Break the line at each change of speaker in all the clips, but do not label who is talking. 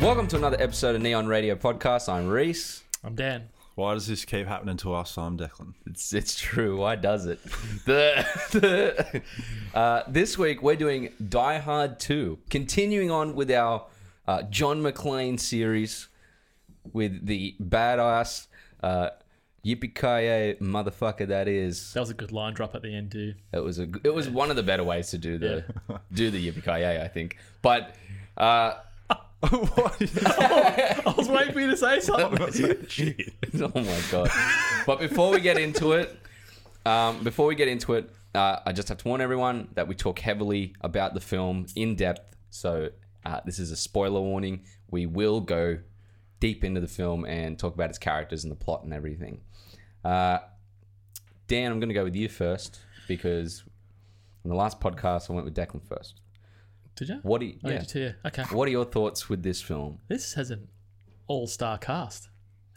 Welcome to another episode of Neon Radio Podcast. I'm Reese.
I'm Dan.
Why does this keep happening to us? I'm Declan.
It's, it's true. Why does it? The, the- uh, this week we're doing Die Hard 2, continuing on with our uh, John McClane series with the badass uh, yippee motherfucker that is.
That was a good line drop at the end, too.
It was a g- it was one of the better ways to do the do the yippee I think. But uh,
what?
I was waiting for you to say something.
oh my god! but before we get into it, um, before we get into it, uh, I just have to warn everyone that we talk heavily about the film in depth. So uh, this is a spoiler warning. We will go deep into the film and talk about its characters and the plot and everything. Uh, Dan, I'm going to go with you first because on the last podcast I went with Declan first.
Did you?
What do you,
Oh, you
yeah.
did too, yeah. Okay.
What are your thoughts with this film?
This has an all-star cast.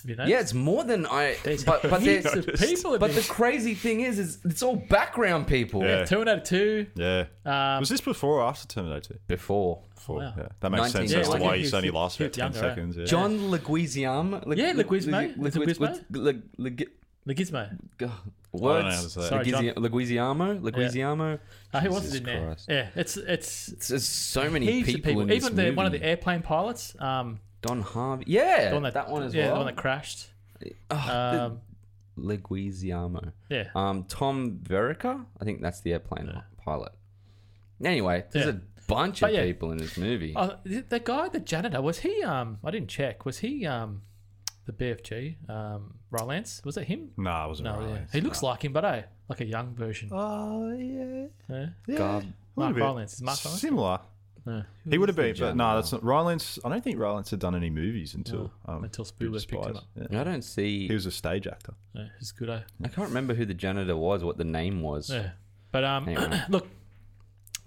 Have you noticed?
Yeah, it's more than I.
There's
But but
heaps
there's,
of people in
But the
this.
crazy thing is, is it's all background people.
Yeah.
Two and out of two.
Yeah.
Um,
Was this before or after Terminator 2?
Before
Before.
Wow.
Yeah. That makes
19.
sense
Yeah,
as
well,
to
I
why
think
he's
he
only
was-
lasted
he
about
was younger, eh?
10
right?
seconds. Yeah.
John Leguizamo. Le-
Yeah, Leguizamo.
Le- Le-
Leguizamo.
Le- Le- Le-
the Gizmo.
Ugh,
I don't know how to
Words.
say that.
Sorry, John.
Leguizia- Leguizamo. Leguizamo.
Uh, who else
Jesus
is in there?
Christ.
Yeah, it's it's
It's- There's so many
heaps
people,
of people.
in
Even
this
the one of
movie.
the airplane pilots. Um,
Don Harvey. Yeah,
the one
that,
that,
one as
yeah, the
well.
one that crashed.
Ugh, the-
Um,
Leguizamo.
yeah.
Um, Tom Verica. I think that's the airplane pilot. Anyway, there's
Yeah.
a bunch
But
of
yeah.
people in this movie.
Oh, the the guy, the janitor, was he? Um, I didn't check. Was he? Um, the BFG. Um, Rylance. Was it him?
Nah, it wasn't
No, Oh, yeah.
right.
He looks like him, but eh, like a young version.
Oh, yeah.
Yeah.
yeah.
God.
A little
Mark
bit.
Rylance. Is Mark Rylance?
Similar.
No.
He would have been,
John
but no, that's not. Rylance, I don't think Rylance had done any movies until. um,
Until
Bridge
Spielberg
of
picked him
Spies.
up.
Yeah.
I don't see.
He was a stage actor.
Yeah, he's good, eh?
I can't remember who the janitor was, what the name was.
Yeah. But um,
Anyway.
look,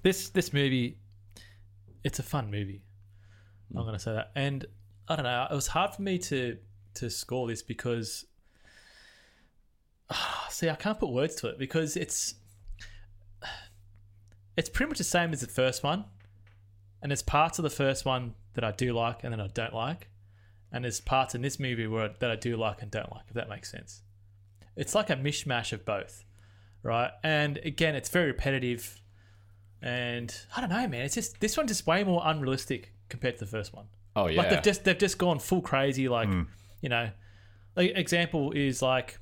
this this movie, it's a fun movie. I'm gonna say that, and I don't know. It was hard for me to to score this because, see, I can't put words to it because it's it's pretty much the same as the first one, and there's parts of the first one that I do like and then I don't like, and there's parts in this movie where that I do like and don't like. If that makes sense, it's like a mishmash of both right? And again, it's very repetitive, and I don't know, man. It's just this one's just way more unrealistic compared to the first one.
Oh yeah. Hmm.
Like they've just they've just gone full crazy. Like you know, like, example is like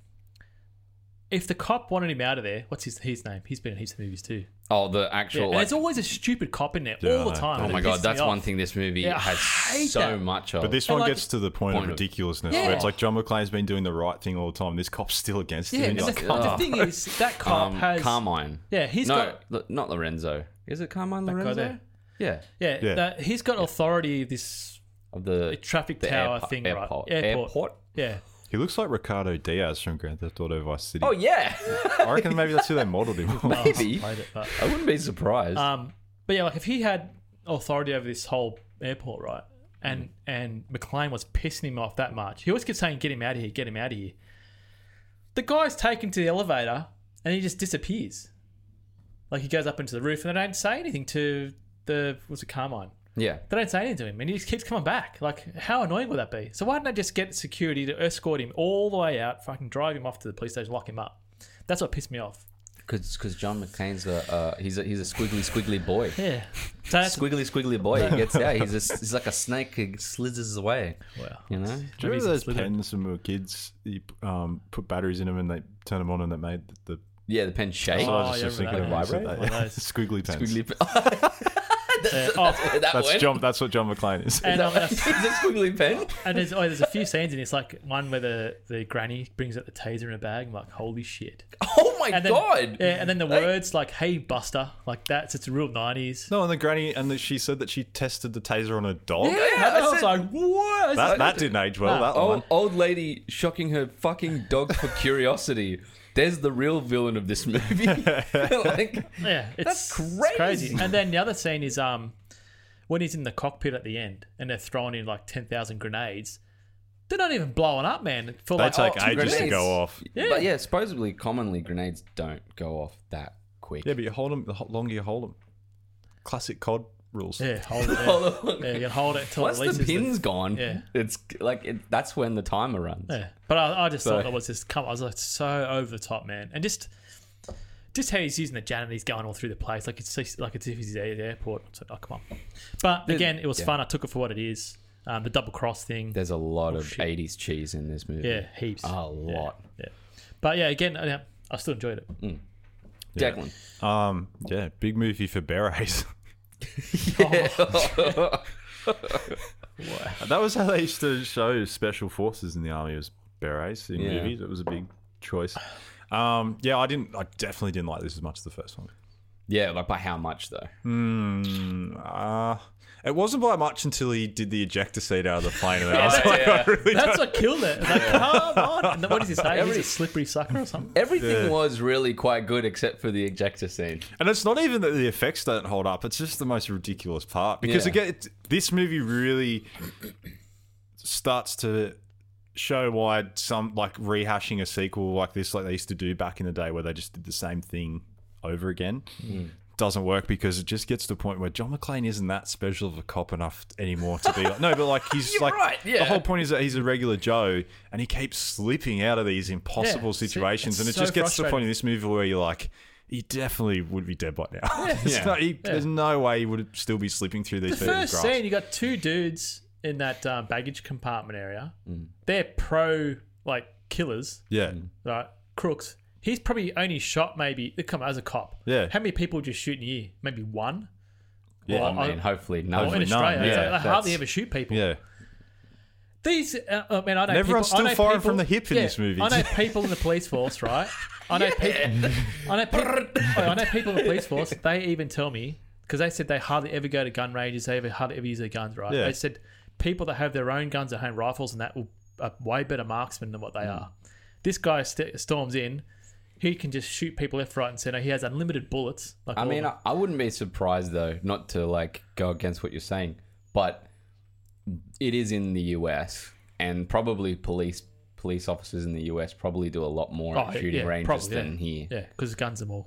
if the cop wanted him out of there, what's his his name? He's been in heaps of movies too.
oh, the
Yeah,
actual.
and
like-
there's always a stupid cop in there
Yeah, I
all the
know.
time.
oh
and
my
it
god,
pisses
that's
me
one
off.
thing this movie
Yeah, I hate
has so
that.
much of.
But this
And
one
like-
gets to the point,
Point
of
of-
ridiculousness
Yeah.
where it's like John McClane's been doing the right thing all the time. This cop's still against
Yeah,
him.
and
You're
the,
like,
the
"Oh."
thing is that cop
um,
has
Carmine.
yeah he's
no,
got
L- not Lorenzo. Is it Carmine
guy
Lorenzo?
there.
Yeah,
yeah,
Yeah.
that- he's got authority. This
of the
traffic
the
tower
airpo-
thing,
airport.
right?
Airport.
Yeah.
He looks like Ricardo Diaz from Grand Theft Auto Vice City.
Oh yeah,
I reckon maybe that's who they modelled him on.
maybe.
Played it, but
I wouldn't be surprised.
Um, but yeah, like if he had authority over this whole airport, right? And and McLean was pissing him off that much. He always kept saying, "Get him out of here! Get him out of here!" The guy's taken to the elevator, and he just disappears. Like he goes up into the roof, and they don't say anything to the what's it Carmine.
yeah,
They don't say anything to him, and he just keeps coming back. Like, how annoying would that be? So why didn't they just get security to escort him all the way out, fucking drive him off to the police station, lock him up? That's what pissed me off.
because John McCain's a uh, he's a he's a squiggly squiggly boy.
Yeah, so that's
Squiggly squiggly boy. He gets out. He's a, he's like a snake. He slithers away.
well,
You know.
Do you
Maybe he's
remember
a
those
Slytherin.
pens when we were kids? You um, put batteries in them and they turn them on and that made the.
Yeah, the pen shakes.
so I was
Oh, yeah,
just
remember
thinking
that.
of you said
Vibrate?
that,
One
yeah.
of those.
Squiggly pens.
Squiggly.
Yeah. Oh,
that
That's
one.
John. That's what John McClane is.
and, um,
Is it squiggly pen?
and there's, oh, there's a few scenes in this, like one where the, the granny brings up the taser in a bag. I'm like, holy shit.
Oh my
And then,
god!
Yeah, and then the words like, hey, Buster, like that's it's a real 90s.
no, and the granny and the, she said that she tested the taser on a dog.
Yeah,
And I,
I
was
said-
like, what?
That, that didn't age well. that
Oh,
Old,
one.
old lady shocking her fucking dog for curiosity. There's the real villain of this movie. like,
yeah, it's,
That's
it's
crazy.
crazy. And then the other scene is um when he's in the cockpit at the end and they're throwing in like 10,000 grenades. They're not even blowing up, man. For
They
like,
take
oh,
ages to
grenades.
go off.
Yeah.
But yeah, supposedly, commonly grenades don't go off that quick.
Yeah, but you hold them. The ho- longer you hold them. Classic COD rules.
Yeah, hold it.
Hold
Yeah,
on.
yeah you can hold it till
Once
it
the
releases.
pin's gone,
yeah.
it's like it, that's when the timer runs.
Yeah, but I, I just
So-
thought that was just come. I was like so over the top, man, and just just how he's using the janitor, he's going all through the place like it's just- like it's if he's at the airport. So, oh come on! But
There's-
again, it was
yeah.
fun. I took it for what it is. Um, the double cross thing.
There's a lot of
shit.
80s cheese in this movie.
yeah, heaps.
A lot.
Yeah, but yeah, again, I, I still enjoyed it.
Declan.
Um, yeah, big movie for berets. that was how they used to show special forces in the army was berets in
Yeah.
movies. It was a big choice. Um, yeah, I didn't. I definitely didn't like this as much as the first one.
Yeah, like by how much though?
Mm, uh, it wasn't by much until he did the ejector seat out of the plane. And then I was
Yeah,
like,
yeah.
I really
That's what killed it. Like, come on! And then what does he say? He's
Every-
a slippery sucker or something.
Everything
Yeah.
was really quite good except for the ejector scene.
And it's not even that the effects don't hold up; it's just the most ridiculous part. Because
Yeah.
again, it, this movie really starts to show why some like rehashing a sequel like this, like they used to do back in the day, where they just did the same thing over again, doesn't work because it just gets to the point where John McClane isn't that special of a cop enough anymore to be like, no, but like he's like
right, yeah.
the whole point is that he's a regular Joe and he keeps slipping out of these impossible
see, it's
situations, and it
so
just gets to the
frustrating.
point in this movie where you're like, he definitely would be dead by now. There's,
Yeah.
no, he, there's no way he would still be slipping through these
The
pieces
first
of grass.
scene, you got two dudes in that um, baggage compartment area.
Mm.
They're pro like killers,
Yeah,
right? Crooks. He's probably only shot maybe. Come on, as a cop.
Yeah.
How many people just shoot in a year? Maybe one.
yeah,
Well,
I mean, hopefully no.
Or in
Hopefully none,
Australia, it's
yeah,
like, they hardly
that's-
ever shoot people.
yeah.
These, uh, I mean, I know
And everyone's
people, I
still
know
firing
people-
from the hip in
yeah,
this movie.
I know people in the police force, right? I know people. I know people. I know people in the police force. They even tell me because they said they hardly ever go to gun ranges. They ever hardly ever use their guns, right?
Yeah.
They said people that have their own guns at home, rifles, and that will are way better marksmen than what they
Hmm.
are. This guy st- storms in. He can just shoot people left, right, and center. He has unlimited bullets. Like
I
all
mean,
of
I, I wouldn't be surprised though, not to like go against what you're saying, but it is in the US, and probably police police officers in the US probably do a lot more
Oh,
at shooting
yeah,
ranges
probably,
than here.
them. yeah, because guns are more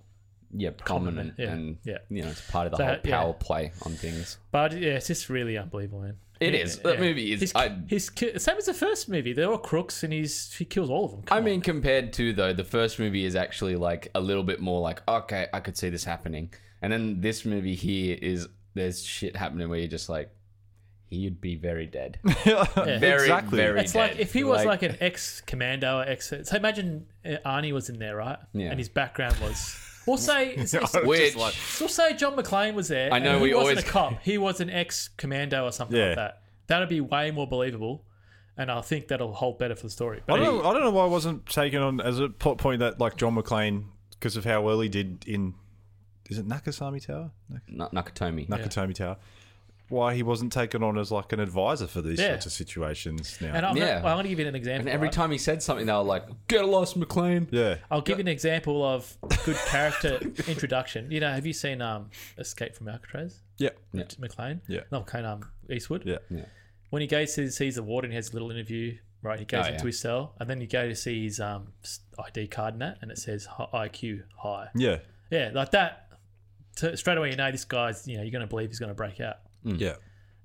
Yeah, prominent
yeah,
and
yeah.
you know it's part of the
So,
whole
yeah.
power play on things.
But yeah, it's just really unbelievable, man.
It
It is.
is. That movie is-
He's,
I-
he's ki- same as the first movie. They're all crooks, and he's he kills all of them. Come
I
on.
mean, compared to though, the first movie is actually like a little bit more like, okay, I could see this happening. And then this movie here is there's shit happening where you're just like, he'd be very dead. Very,
exactly.
very
it's like
dead.
if he was like, an ex commando, ex. So imagine uh, Arnie was in there, right?
Yeah.
And his background was. We'll say, it's- it's-
I was
Which-
just like-
we'll say John McClane was there.
I know
and
we
he wasn't
always-
a cop. He was an ex commando or something
Yeah.
like that. That'd be way more believable, and I think that'll hold better for the story.
I
But
don't, know, I don't know why I wasn't taken on as a plot point that like John McClane because of how well he did in is it Nakasami Tower,
Na- Nakatomi.
Nakatomi Tower. Why he wasn't taken on as like an advisor for these
Yeah.
sorts of situations now?
and I'm,
Yeah.
gonna, I'm gonna give you an example.
And every
right?
time he said something, they were like, "Get a lost, McLean."
yeah,
I'll give you an example of good character introduction. You know, have you seen um, Escape from Alcatraz?
yeah,
McLean?
Yeah.
Not McLean, um, Eastwood.
yeah.
When he goes to sees the warden, he has a little interview, right? He goes
Oh,
into
yeah.
his cell, and then you go to see his um, s- ID card and that, and it says hi- IQ high.
Yeah,
Yeah, like that. To, straight away, you know, this guy's, you know, you're going to believe he's going to break out.
yeah.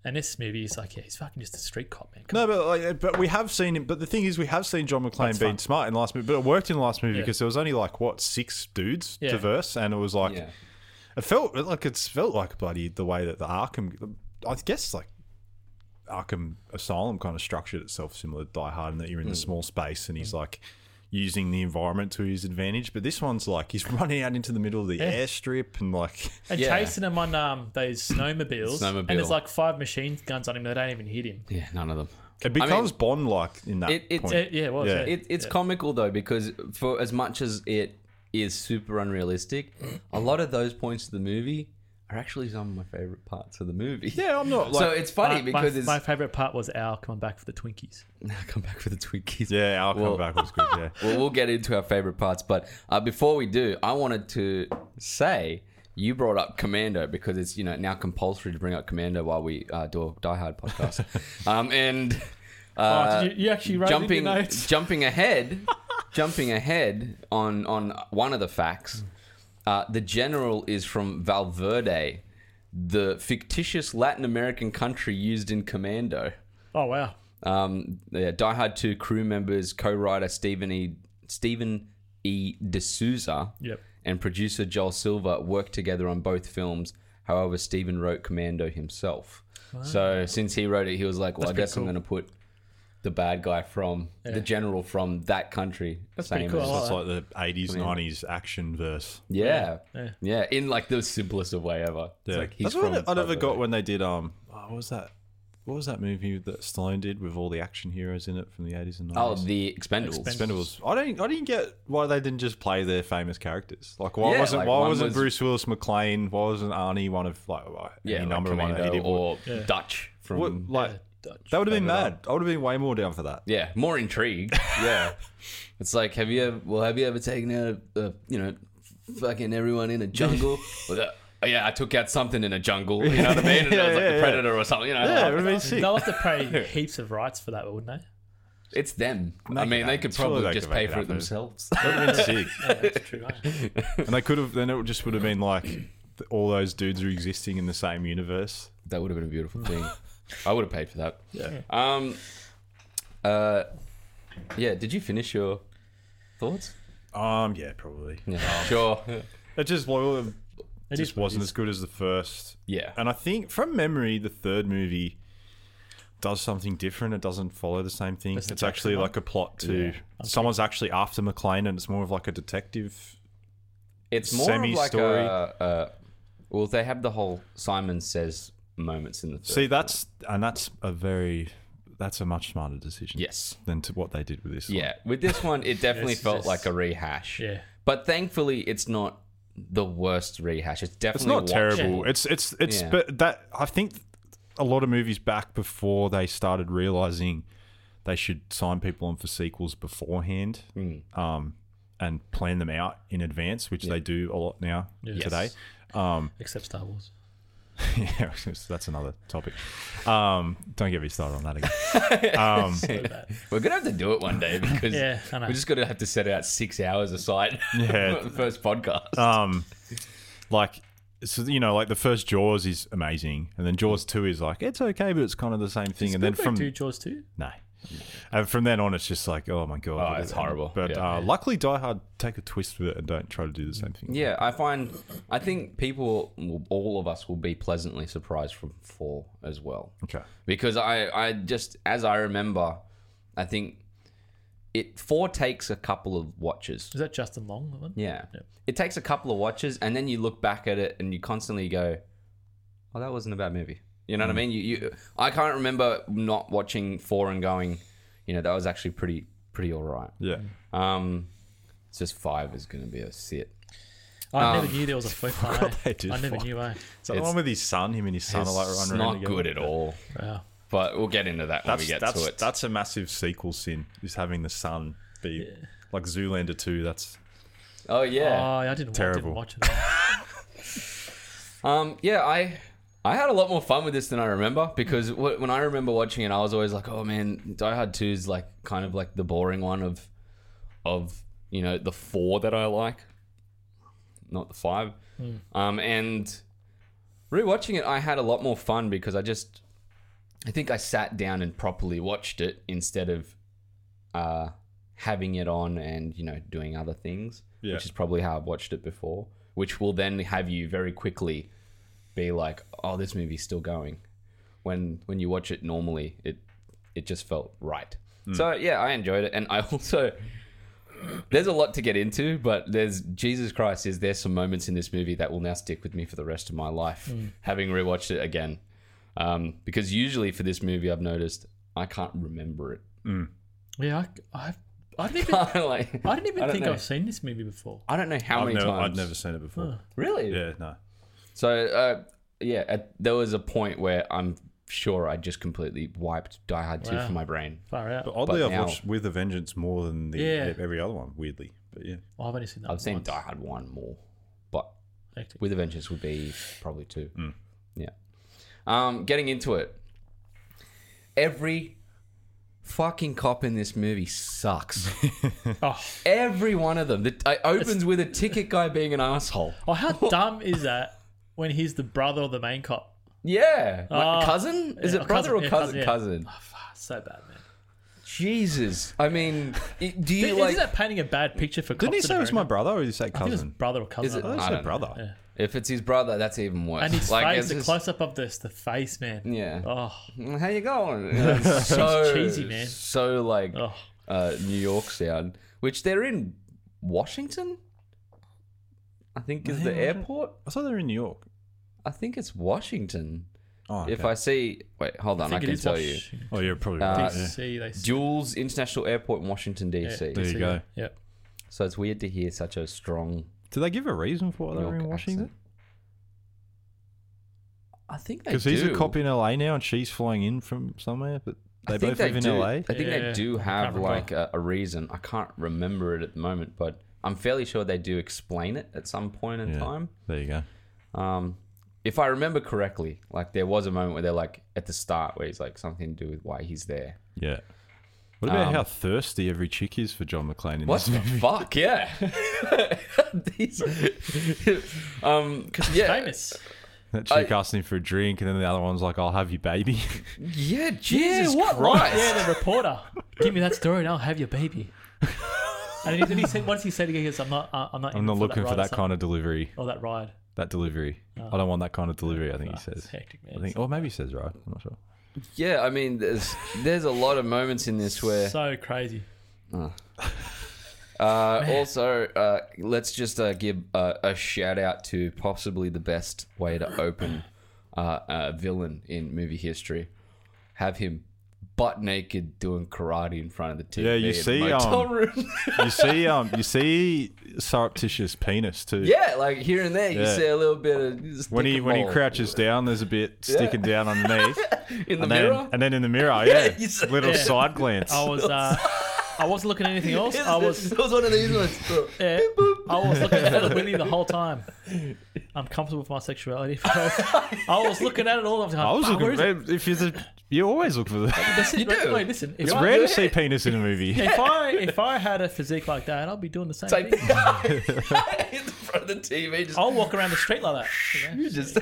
And this movie is like, yeah, he's fucking just a street cop, man. Come
No, but like, uh, but we have seen him. But the thing is, we have seen John McClane being
fun.
smart in the last movie. But it worked in the last movie
Yeah.
because there was only like what six dudes
Yeah.
diverse, and it was like
Yeah.
it felt like it's felt like bloody the way that the Arkham, I guess like Arkham Asylum kind of structured itself similar to Die Hard, in that you're in a small space and
Hmm.
he's like using the environment to his advantage. But this one's like he's running out into the middle of the airstrip and like
and
Yeah.
chasing him on um, those snowmobiles.
Snowmobile.
And there's like five machine guns on him that don't even hit him.
Yeah, none of them.
it becomes Bond like in that
it- it's-
point.
Yeah, yeah, it was.
Yeah.
Yeah.
It, it's comical though because for as much as it is super unrealistic, a lot of those points of the movie are actually some of my favorite parts of the movie.
yeah, I'm not like
so it's funny
My-
because
my,
it's
my favorite part was Al coming back for the Twinkies.
come back for the Twinkies.
yeah, I'll come
Well-
back was good. Yeah.
Well, we'll get into our favorite parts, but uh, before we do, I wanted to say you brought up Commando because it's you know now compulsory to bring up Commando while we uh, do a Die Hard podcast, um, and uh,
Oh, did you- you actually wrote it in your
jumping
notes?
jumping ahead, jumping ahead
Hmm.
on on one of the facts. Uh, the general is from Valverde, the fictitious Latin American country used in Commando.
Oh wow.
Um, yeah, Die Hard 2 crew members, co-writer Stephen E. Stephen E. D'Souza
Yep.
and producer Joel Silver worked together on both films. However, Stephen wrote Commando himself. So since he wrote it, he was like, "Well, I
pretty
guess I'm
cool.
going to put the bad guy from the general from that country." That's
pretty cool. I like
It's like the 80s, 90s action verse.
yeah. yeah,
Yeah.
in like the simplest of way ever. It's like he's
That's what
from
I- I never
Brazil.
got when they did um oh, what was that what was that movie that Stallone did with all the action heroes in it from the 80s and 90s?
Oh, the Expendables.
Expendables.
Expendables. I don't. I didn't get why they didn't just play their famous characters. Like why
Yeah,
wasn't
like,
why
one
wasn't
was-
Bruce Willis McLean? Why wasn't Arnie one of like well, any
yeah,
number
like
one? that he
Commando
did? What-
or Dutch from.
what- like that would have been mad. I would have been way more down for that.
yeah, more intrigued.
Yeah,
It's like, have you ever, well, have you ever taken out, uh, you know, fucking everyone in a jungle? Or the- oh, yeah, I took out something in a jungle. You know what I mean? And it was like
Yeah,
the
yeah,
predator or something. You know,
yeah, it
like,
would have been sick.
They'll have to pay heaps of rights for that, wouldn't they?
it's them. I
Make it
mean, they
happen.
could
Surely
probably
they
just
could
pay
make it
for it
happen.
themselves.
That would have been sick.
That's true. eh?
And they could have. Then it just would have been like th- all those dudes are existing in the same universe.
that would have been a beautiful thing. I would have paid for that.
Yeah.
Um. Uh. Yeah. Did you finish your thoughts?
Um. Yeah. Probably.
Yeah. Sure.
It just well, it
It is
just
what it
wasn't
is.
as good as the first.
Yeah.
And I think from memory, the third movie does something different. It doesn't follow the same thing.
That's the
it's actually
Jackson
like a plot to someone's actually after McLean, and it's more of like a detective.
It's more of like
Semi-story.
a. Uh, well, they have the whole Simon Says moments in the. Third.
See, that's and that's a very that's a much smarter decision.
Yes.
Than to what they did with this. one.
Yeah, with this one, it definitely
It's
felt
just-
like a rehash.
Yeah.
but thankfully, it's not the worst rehash. It's
It's
definitely
not terrible.
watchable.
It's it's it's
Yeah.
but that I think a lot of movies back before they started realizing they should sign people on for sequels beforehand, um, and plan them out in advance, which they do a lot now
Yes.
today. Um,
Except Star Wars.
yeah, that's another topic. Um, don't get me started on that again. Um,
So bad.
We're gonna have to do it one day because
Yeah, I know.
we're just gonna have to set out six hours aside
Yeah.
for the first podcast.
um like so you know like the first jaws is amazing and then jaws 2 is like it's okay but it's kind of the same thing and then
Spielberg
from
do Jaws too.
No. And from then on, it's just like, oh my god,
Oh, it's horrible.
But
Yeah.
uh, luckily, Die Hard take a twist with it and don't try to do the same thing.
yeah, I find I think people, will- all of us, will be pleasantly surprised from four as well.
Okay.
because I, I just as I remember, I think it four takes a couple of watches.
Is that Justin Long? That one?
Yeah.
Yep.
It takes a couple of watches and then you look back at it and you constantly go, Oh, that wasn't a bad movie. You
Mm.
know what I mean? You, you I can't remember not watching four and going, you know, that was actually pretty pretty alright.
Yeah.
Um it's just five is gonna be a sit.
I never knew there was a fourth one. eh?
Um, they did
I never
five.
knew. Eh?
Is that the one with his son? Him and his son are like
It's
running around
not
together?
good at all.
Wow.
But we'll get into that when
That's
we get
that's
to it.
that's a massive sequel sin. Is having the son be like Zoolander two. That's
oh
Oh,
yeah.
I didn't,
Terrible.
I didn't watch it.
Oh.
Um, yeah, I I had a lot more fun with this than I remember because wh- when I remember watching it, I was always like, "Oh man, Die Hard Two is like kind of like the boring one of of you know the four that I like, not the five. Um, and rewatching it, I had a lot more fun because I just I think I sat down and properly watched it instead of uh, having it on and you know doing other things,
Yeah.
which is probably how I've watched it before. Which will then have you very quickly be like, "Oh, this movie's still going." When when you watch it normally, it it just felt right. So yeah, I enjoyed it, and I also there's a lot to get into, but there's Jesus Christ, is there some moments in this movie that will now stick with me for the rest of my life, having rewatched it again. Um, because usually for this movie, I've noticed I can't remember it.
yeah, I, I, I didn't even,
like,
I didn't even
I don't
think
know.
I've seen this movie before.
I don't know how
I've
many
never,
times.
I'd never seen it before.
really.
Yeah, no.
So uh, yeah, at, there was a point where I'm sure I just completely wiped Die Hard Two
Wow.
from my brain.
Far out.
But oddly,
But
I've
now-
watched With a Vengeance more than the e-,
Yeah.
every other one. Weirdly, but yeah.
Well, Oh, I've only seen that.
I've seen
once.
Die Hard One more, but
Hectic.
With a Vengeance would be probably two.
Mm.
Yeah. Um, getting into it. Every fucking cop in this movie sucks.
Oh,
Every one of them. The, it opens with a ticket guy being an asshole.
oh, how dumb is that? when he's the brother of the main cop.
Yeah. Like
Ah.
cousin? Is
Yeah,
it brother
cousin,
or cousin?
yeah, cousin, yeah.
Cousin.
Oh, fuck, so bad, man.
Jesus. I mean, i- do you
Isn't
like.
that painting a bad picture for
Didn't
cops
he
in
say it was
America?
my brother or did he say
I think it was
cousin?
brother or cousin.
Is it-
I
I
don't
think
I
he
don't
said
know.
brother.
know. Yeah.
If it's his brother, that's even worse.
And his
like,
face,
it's
the
just-
close up of this, the face, man.
Yeah.
Oh,
How you going? It's so
cheesy, man.
So like
oh.
uh, New York sound, which they're in Washington. I think is the
Washington.
airport.
I thought they were in New York.
I think it's Washington.
Oh,
If I see, wait, hold on, I,
think it
can
is
tell you.
Washington,
oh, you're probably
Uh,
right. yeah.
DC, they say.
Jules International Airport in Washington D.C.
There you go.
Yep.
So it's weird to hear such a strong
Did they give a reason for why
New
they were
York
in Washington?
accent. I think they do.
Because he's a cop in LA now, and she's flying in from somewhere. But
I
they
think
both live in
do.
LA.
I think they
Yeah,
do
I
have
can't remember.
like a, a reason. I can't remember it at the moment, but I'm fairly sure they do explain it at some point in
Yeah.
time.
There you go.
Um, if I remember correctly, like there was a moment where they're like at the start where he's like something to do with why he's there.
Yeah. What about
Um,
how thirsty every chick is for John McClane in
What
this
the fuck? Yeah. These- um, 'cause, yeah,
Famous.
That chick asked him for a drink, and then the other one's like, "I'll have you, baby."
yeah, Jesus
what?
Christ.
Yeah, the reporter. Give me that story, and I'll have your baby. and then he, then he said, "What's he said again?" He goes, "I'm not. Uh, I'm not.
I'm not looking for that kind of delivery.
Or Oh, that ride.
That delivery. I don't want that kind of delivery. I think he
Oh, it's
says.
hectic, man.
I think, or maybe he says right. I'm not sure.
Yeah, I mean, there's there's a lot of moments in this where
so crazy.
Uh, also, uh, let's just uh, give uh, a shout out to possibly the best way to open uh, a villain in movie history. Have him butt naked doing karate in front of the TV.
Yeah, you
in a
see,
motel
um,
room.
You see, um, you see surreptitious penis too.
yeah, like here and there, you
Yeah.
see a little bit of just
When
stick
he
and
when he
ball
crouches down, there's a bit sticking down underneath,
in the
and
mirror.
then and then in the mirror, yeah,
you see-
little
Yeah.
side glance.
I was. Uh, I wasn't looking at anything else. I was.
It was one of these ones.
Yeah, I was looking at the Winnie the whole time. I'm comfortable with my sexuality. I was looking at it all the time.
I was
Fuck, where is
looking
it?
for if you a, you always look for the.
That's it.
You do.
Wait, listen. If
It's
I-
rare to see penis in a movie.
If I if I had a physique like that, I'd be doing the same
It's like
thing.
in front of the TV,
Oh.
just,
I'll walk around the street like that. you know?
just,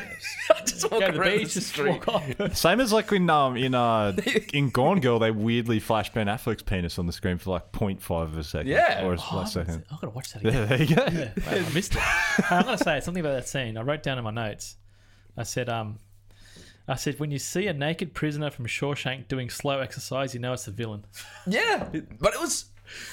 just walk
Go to
around
the beach,
the
just
street.
walk off.
Same as like in um in uh in Gone Girl, they weirdly flash Ben Affleck's penis on the screen for like 0.5 of a second.
Yeah.
or a
Oh,
last second.
I've got to watch that again.
Yeah, there you go.
Wow, I missed it. Hey, I'm gonna say something about that scene. I wrote down in my notes. I said, um, I said when you see a naked prisoner from Shawshank doing slow exercise, you know it's a villain.
Yeah, but it was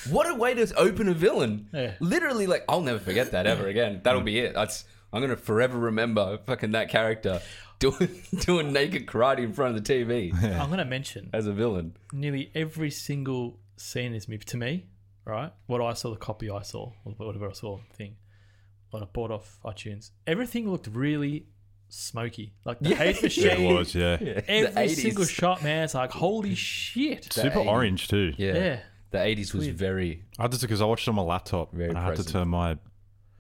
what a way to open a villain.
Yeah.
Literally, like I'll never forget that ever again. That'll be it. That's I'm gonna forever remember fucking that character doing doing naked karate in front of the TV
I'm gonna mention
as a villain.
nearly every single scene in this movie to me, right? What I saw, the copy I saw, or whatever I saw thing, what I bought off iTunes, everything looked really smoky. Like the
Yeah.
haze
Yeah,
machine,
it was, yeah.
The
every
80s.
single shot, man. It's like holy shit.
Super
eighty.
orange too.
Yeah,
yeah.
the 80s was very.
I just because I watched it on my laptop
Very
and I had to
present.
turn my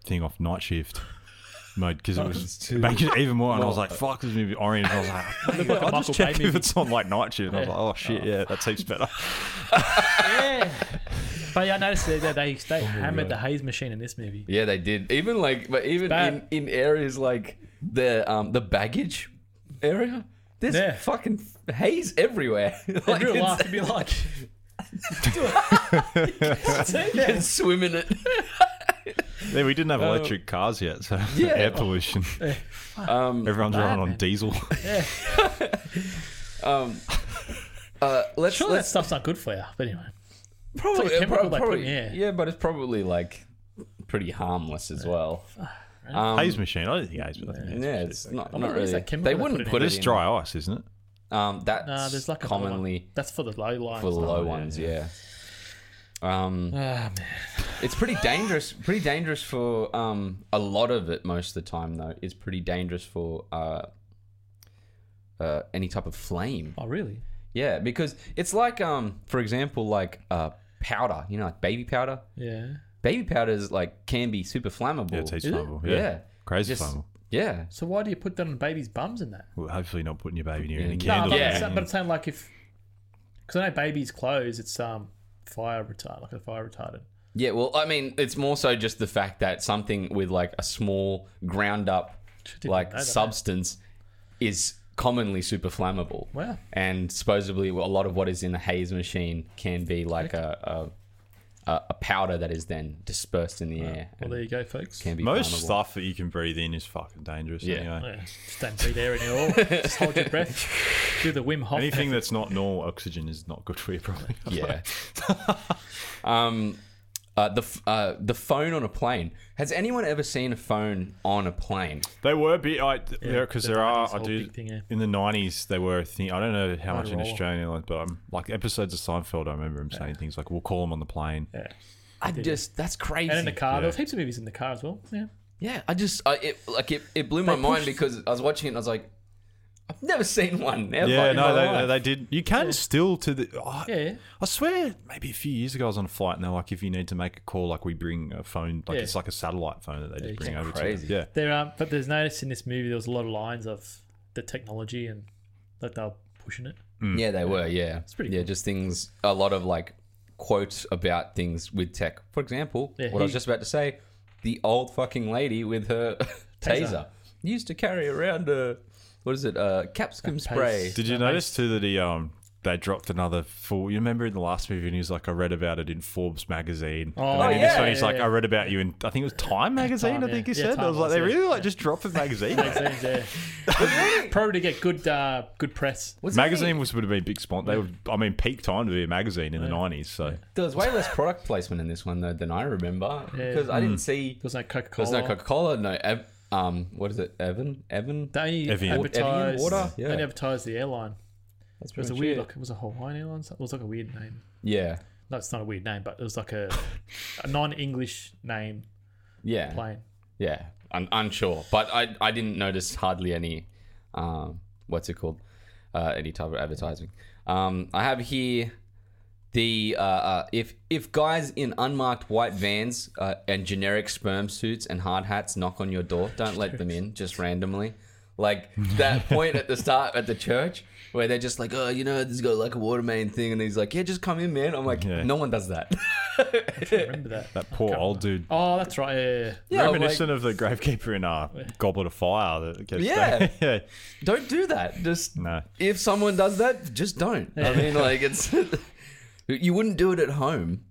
thing off night shift mode because it
it's
was
too-
making it even more. And I was
Well,
like, "Fuck this movie orange." And I was like,
like a
"I'll just
Michael Bay
check if
movie."
it's on like night shift." And I was like, "Oh shit, yeah, that seems better."
yeah. But yeah, I noticed that that they, they hammered the haze machine in this movie.
Oh, Yeah, they did. Even like, but even in,
bad.
in areas like the um the baggage area, there's
Yeah.
fucking haze everywhere. like
In real
it's-
life, it'd be like.
you can swim in it.
yeah, we didn't have electric cars yet, so
Yeah.
air pollution.
Um,
Everyone's running on
man.
diesel.
um, uh, let's
Sure, that
let's
stuff's not good for you. But anyway,
Probably,
It's like a chemical
prob-
they put
probably-
in,
yeah. but it's probably like pretty harmless as well. Um,
haze machine. I don't think haze, but I think haze.
yeah, it's not, not
wonder if it's
really.
that chemical
They
they
wouldn't
put
put
But
it,
it's
in.
dry ice, isn't it?
Um, that's
nah, Uh, there's like a low one.
commonly
That's for the low line.
for the low ones. Yeah. Um,
Ah, man.
it's pretty dangerous. Pretty dangerous for um, a lot of it. Most of the time, though, it's pretty dangerous for uh, uh, any type of flame.
Oh, really?
Yeah, because it's like, um, for example, like uh, powder. You know, like baby powder.
Yeah.
Baby powders like can be super flammable.
Yeah, it's haze
Is it?
flammable. Yeah.
Yeah.
Crazy
Just-
flammable.
Yeah.
So why do you put that on babies' bums in that?
Well, hopefully not putting your baby near
Yeah.
any
No,
No,
candle.
but,
yeah.
it's, but it's saying like if, because I know babies' clothes, it's um fire retardant, like a fire retardant.
Yeah, well, I mean, it's more so just the fact that something with like a small ground up
Didn't know
like
that.
substance is commonly super flammable.
Wow.
And supposedly, a lot of what is in the haze machine can be like a, a a- a powder that is then dispersed in the air.
Well,
and
there you go, folks.
can be
Most
flammable.
stuff that you can breathe in is fucking dangerous.
Yeah.
Anyway.
Yeah, just don't breathe air in at all. Just hold your breath. Do the Wim Hof.
Anything that's not normal oxygen is not good for you, probably.
Yeah. um, uh, the f- uh, the phone on a plane. Has anyone ever seen a phone on a plane?
They were big, I because
the
there are.
90s
I
whole
do
big thing, yeah.
in the nineties. They were a thing. I don't know how much in
Motorola.
Australian Airlines, but I'm, like episodes of Seinfeld, I remember him saying things like, "We'll call him on the plane."
Yeah.
I just that's crazy.
And in the car,
Yeah.
there was heaps of movies in the car as well. Yeah.
yeah, I just I, it like it, it blew my
They
mind
pushed-
because I was watching it and I was like, I've never seen one. Ever
Yeah,
in
no,
my
they,
life.
they did. You can still to the. oh,
Yeah.
I swear, maybe a few years ago, I was on a flight, and they're like, "If you need to make a call, like we bring a phone, like
Yeah.
it's like a satellite phone that they
you
just bring
can-
over
Crazy.
to." you." Yeah,
There are, but there's notice in this movie there was a lot of lines of the technology and that they were pushing it.
Yeah, they were. Yeah, it's
pretty
Yeah, just things. A lot of like quotes about things with tech. For example,
Yeah,
what I was
he-
just about to say. The old fucking lady with her taser,
Taser.
used to carry around a what is it? A capsicum spray.
Did you notice too that he um they dropped another full? You remember in the last movie, and he was like, "I read about it in Forbes magazine."
Oh,
and then in this
yeah,
one, he's
yeah,
like,
yeah.
"I read about you in I think it was Time magazine." I
Time,
think
yeah.
he
Yeah,
said. I
Time
was like, "They
was, yeah.
really like just drop a magazine."
Magazines, yeah. Probably to get good, uh, good press.
What's
magazine
that?
was would have been big sponsor. They were, I mean, peak time to be a magazine in the nineties. So
There was way less product placement in this one though than I remember because I
Hmm.
didn't see.
There was no Coca Cola.
There's no Coca Cola. No, Ev- um, what is it? Evan, Evan.
They only
Evian.
advertised.
Evian water?
They
Yeah.
only advertised the airline.
That's
It
pretty
was a
much
weird.
it.
Like, it was a Hawaiian airline. It was like a weird name.
Yeah,
No, it's not a weird name, but it was like a, a non-English name
yeah.
plane.
Yeah, I'm unsure, but I I didn't notice hardly any, um, what's it called, uh, any type of advertising. Um, I have here the uh, uh, if if guys in unmarked white vans uh, and generic sperm suits and hard hats knock on your door, don't let them in just randomly. Like that point at the start at the church where they're just like, oh, you know, this guy like a water main thing, and he's like, yeah, just come in, man. I'm like,
Yeah.
no one does that.
Remember that?
that poor old dude.
Oh, that's right. Yeah, yeah, yeah.
Yeah, I'm like,
Reminiscent of the gravekeeper in uh, Goblet of Fire. That gets
Yeah.
yeah.
don't do that. Just
No.
if someone does that, just don't. I mean, like it's you wouldn't do it at home.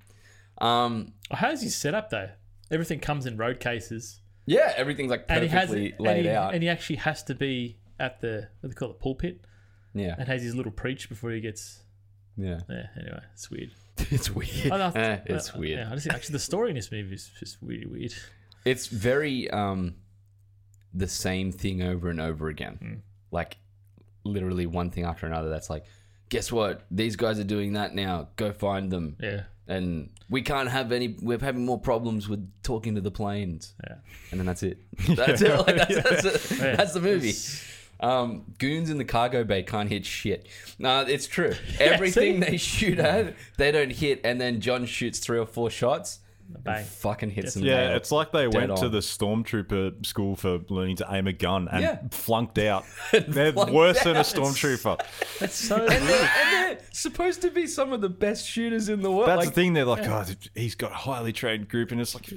Um,
Oh, How's his setup though? Everything comes in road cases,
yeah, everything's like
and
perfectly
he has
laid
and he,
out.
and he actually has to be at the what do they call it, pulpit,
yeah,
and has his little preach before he gets.
yeah,
Yeah, anyway, it's weird. Oh,
it's weird.
I don't-
Eh, it's
uh,
weird.
Yeah, I just, actually, the story in this movie is just really weird.
It's very um, the same thing over and over again.
Hmm.
Like literally one thing after another. That's like, guess what? These guys are doing that now. Go find them.
Yeah,
And we can't have any. We're having more problems with talking to the planes.
yeah.
and then that's it. That's it. Like, that's, that's, it.
Yeah.
that's the movie. Um, goons in the cargo bay can't hit shit. No, it's true. Everything
see?
they shoot at, they don't hit, and then John shoots three or four shots.
Bang.
And fucking hits them.
Yeah,
nail.
it's like they went to
on.
the stormtrooper school for learning to aim a gun and
Yeah.
flunked out. They're
flunked
worse than a
out.
stormtrooper.
That's so.
and, they're, and they're supposed to be some of the best shooters in the world.
That's
like,
the thing. They're like, oh, he's got a highly trained group, and it's like,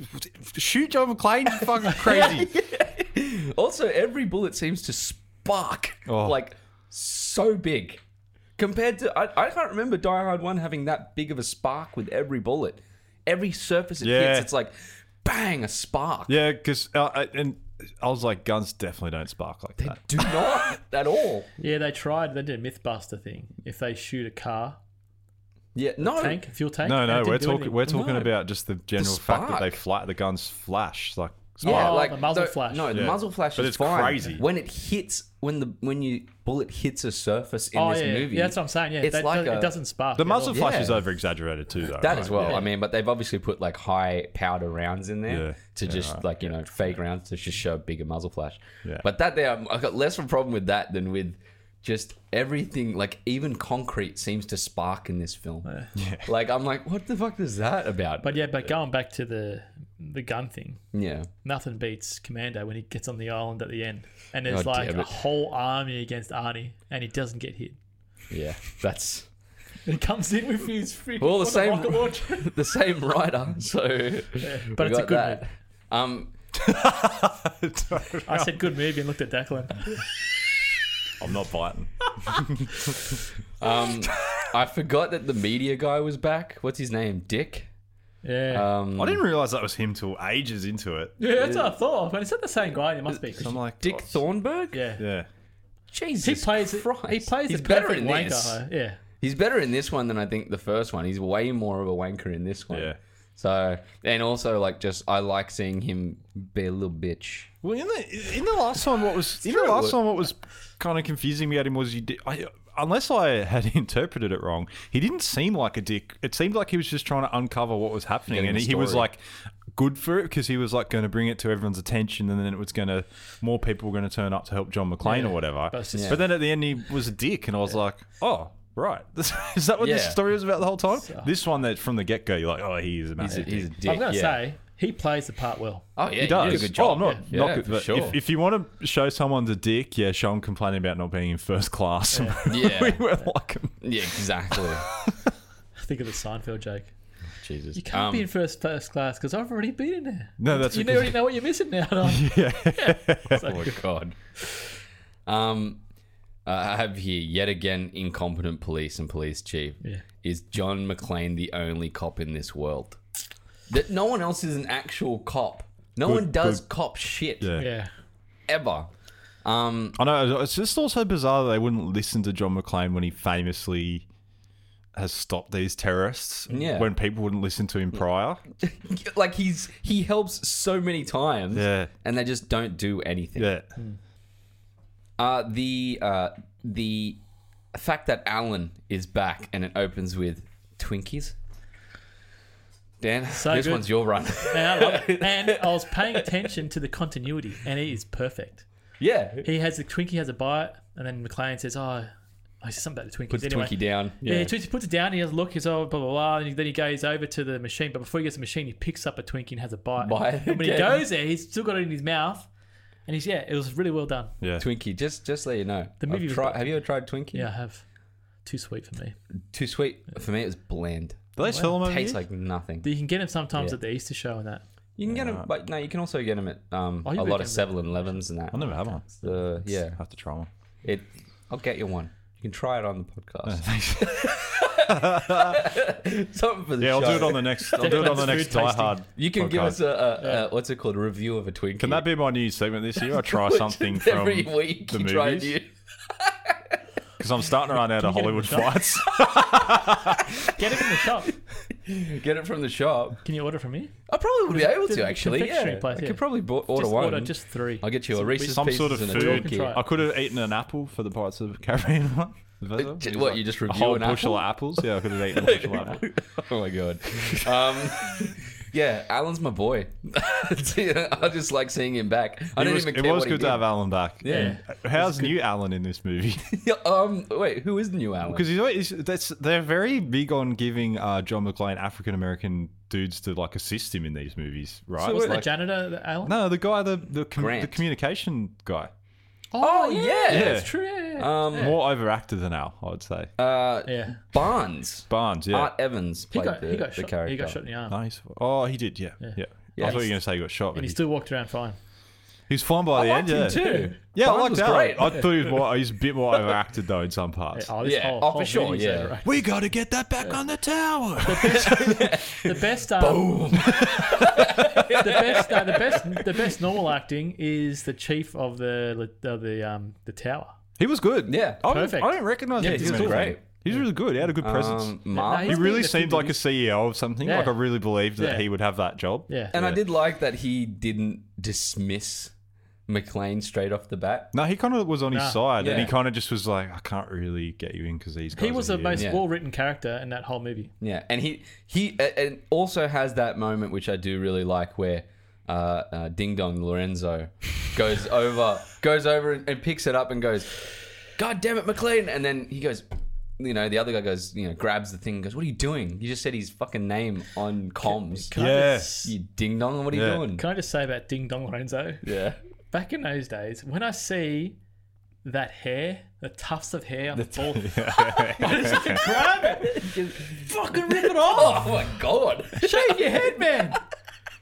shoot John McClane, you fucking crazy.
Also, every bullet seems to spark
Oh.
like so big compared to. I, I can't remember Die Hard 1 having that big of a spark with every bullet. Every surface it
Yeah.
hits, it's like bang, a spark.
Yeah, because uh, I- and I was like, guns definitely don't spark like that.
Do not at all.
yeah, they tried. They did a MythBuster thing. If they shoot a car
Yeah, no.
tank, fuel tank.
No,
they
no,
didn't
we're
do
talking
anything.
we're talking
No.
about just the general fact that they fly the guns flash like
Yeah,
Oh,
like
the muzzle
though-
flash.
No, the
Yeah.
muzzle flash
But
is
it's
fine.
crazy.
When it hits, when the when you bullet hits a surface in
Oh
this
yeah,
movie,
yeah, that's what I'm saying. Yeah,
it's
that
like
does,
a-
it doesn't spark.
the
at
muzzle
all.
flash
Yeah.
is over exaggerated too though.
That
right?
as well.
Yeah.
I mean, but they've obviously put like high powered rounds in there
Yeah.
to
Yeah,
just
right.
like you know fake rounds to just show a bigger muzzle flash.
Yeah.
But that there, I've got less of a problem with that than with just everything. Like even concrete seems to spark in this film. Like I'm like, what the fuck is that about?
But yeah, but going back to the the gun thing,
yeah,
nothing beats Commando when he gets on the island at the end, and
God
there's like
Oh, damn
a
it.
whole army against Arnie, and he doesn't get hit.
yeah, that's
He comes in with his freaking
Well, the same-
fucking rocket launcher.
the same writer. So,
but
we
it's a
got
good
that. Um,
I said good movie and looked at Declan.
I'm not biting.
Um, I forgot that the media guy was back. What's his name? Dick.
Yeah.
Um,
I didn't realize that was him till ages into it.
yeah, that's what I thought. When it said the same guy, it must be.
So I'm like, oh,
Dick Thornburg.
Yeah.
yeah.
Jesus,
He plays it.
Christ.
He plays
He's
the
better
perfect
in
wanker.
this.
huh? Yeah.
He's better in this one than I think the first one. He's way more of a wanker in this one.
Yeah.
So and also like just I like seeing him be a little bitch.
Well, in the in the last one, what was in the
true.
last one, what was kind of confusing about him was you did, I, unless I had interpreted it wrong, he didn't seem like a dick. It seemed like he was just trying to uncover what was happening,
Getting
and
the
he, was
story.
like good for it because he was like going to bring it to everyone's attention, and then it was going to more people were going to turn up to help John McClane
Yeah.
or whatever.
But
But,
it's just-
then at the end, he was a dick, and I was like, oh. Right, is that what
Yeah.
this story was about the whole time? This one that from the get go, you're like, oh, he is a
He's a,
massive. dick.
he's a dick.
I'm gonna
yeah.
say he plays the part well.
Oh yeah,
He does.
did a good job.
Oh, I'm not.
Yeah.
not
Yeah,
good,
for
but
sure.
if, if you want to show someone's a dick, yeah, show them complaining about not being in first class.
Yeah.
we were like,
Oh,
Yeah, exactly.
Think of the Seinfeld joke.
Jesus,
You can't
Um,
be in first first class because I've already been in there.
no, that's
you
because-
already know what you're missing now. And I'm-
Oh my god. Um, I have here yet again incompetent police and police chief.
Yeah.
Is John McClane the only cop in this world? That no one else is an actual cop. No
Good-
one does
good-
cop shit
Yeah.
yeah.
ever. Um,
I know. It's just also bizarre that they wouldn't listen to John McClane when he famously has stopped these terrorists.
Yeah.
When people wouldn't listen to him prior.
like he's he helps so many times,
Yeah.
and they just don't do anything.
Yeah.
Mm. Uh, the uh, the fact that Alan is back and it opens with Twinkies. Dan,
So
this
good.
one's your run.
And I love it. And I was paying attention to the continuity, and it is perfect.
yeah,
He has the Twinkie has a bite, and then McLean says, "Oh, I said something about the Twinkies."
puts
anyway,
Twinkie down.
Yeah, he puts- he puts it down. He has a look. He's oh blah blah blah. And then he goes over to the machine. But before he gets to the machine, he picks up a Twinkie and has a bite.
Bite
and when he
again.
goes there, he's still got it in his mouth. And he's yeah, it was really well done.
Yeah.
Twinkie, just just let you know.
The movie
I've
was
tri-
bad.
have you ever tried Twinkie?
Yeah, I have too sweet for me.
Too sweet for me. It was bland.
Do they sell them over
Tastes
here?
like nothing.
You can get them sometimes
Yeah.
at the Easter show and that.
You can get them, but no, you can also get them at um,
Oh,
a
you
lot
can
of
get
7 Elevens and that.
I'll never have one.
The, yeah,
I have to try one.
it. I'll get you one. You can try it on the podcast. Something for the
Oh, Yeah, I'll do
show.
it on the next. I'll do it on the next
Food tasting.
Die Hard.
You can give
podcast.
us a, a, a what's it called? A review of a Twinkie.
Can that be my new segment this year? I try something from
every week?
the
you try new.
movies? because I'm starting to run out of
Can you
Hollywood
get him a
fights.
Get it in the shop.
Get it from the shop.
Can you order from me?
I probably would be able to
the
actually.
confectionery
Yeah,
place,
I
yeah.
could probably bo- order
just
one.
order just three.
I'll get you a Reese's
some
Pieces
sort of
and
food.
a
We can try
Twinkie.
it.
I could have eaten an apple for the Pirates of the Caribbean one.
Uh, j- what, you just
a
review
whole
an
bushel of apples? Yeah, I could have eaten a bushel of apples.
oh my god. Um, yeah, Alan's my boy. I just like seeing him back. I
It
don't
was,
even
it
care
was
what he
good to have Alan back. Uh,
Yeah.
How's new Alan in this movie?
did. um, wait, who is the new Alan?
Because he's always that's they're very big on giving uh, John McClane African American dudes to like assist him in these movies, right?
So
Was
Wasn't
the
like-
janitor the Alan?
no, the guy, the the, com-
Grant.
the communication guy,
Oh, yeah.
Yeah.
that's true. Yeah, yeah, yeah.
Um,
more overacted than Al, I would say.
uh,
Yeah.
Barnes.
Barnes, yeah.
Art Evans
He
played
got,
the,
he got
the
shot.
character.
He got shot in the arm,
Nice. Oh, he did. Yeah. Yeah. I
Yeah.
thought you were going to say he got shot, but
and he
he,
still walked around fine.
he was fine by the
liked
end.
him
yeah.
too.
Yeah,
Barnes
I liked
was
that.
great.
I thought he was, more, he was a bit more overacted though in some parts.
Oh, this
Yeah.
whole,
Oh, for
whole
sure,
video's
yeah.
overacted.
We got to get that back on the tower.
The best, um, the best, uh, the best, the best normal acting is the chief of the of the um the tower.
he was good.
Yeah.
I don't,
Perfect.
I don't recognize
Yeah,
him.
he
from
was cool.
anything. He's really good. He had a good presence.
Um, Mark.
no,
he
he's been in
really
a few
seemed like a
movies.
CEO of something.
Yeah.
Like I really believed that
Yeah.
he would have that job.
Yeah.
and I
Yeah.
did like that he didn't dismiss McLean straight off the bat.
No, he kind of was on
Nah.
his side, and he
Yeah.
kind of just was like, "I can't really get you in because these guys."
He was
are
the
here."
most
Yeah.
well-written character in that whole movie.
Yeah, and he he a- and also has that moment which I do really like where uh, uh, Ding Dong Lorenzo goes over goes over and, and picks it up and goes, "God damn it, McLean!" And then he goes. You know, the other guy goes, you know, grabs the thing and goes, What are you doing? You just said his fucking name on comms.
Can, I,
Yeah.
just,
you ding dong, what are
Yeah.
you doing?
can I just say about Ding Dong Lorenzo?
Yeah.
Back in those days, when I see that hair, the tufts of hair on the, ball, I just fucking grab it, fucking rip it off.
Oh my god.
Shave your head, man.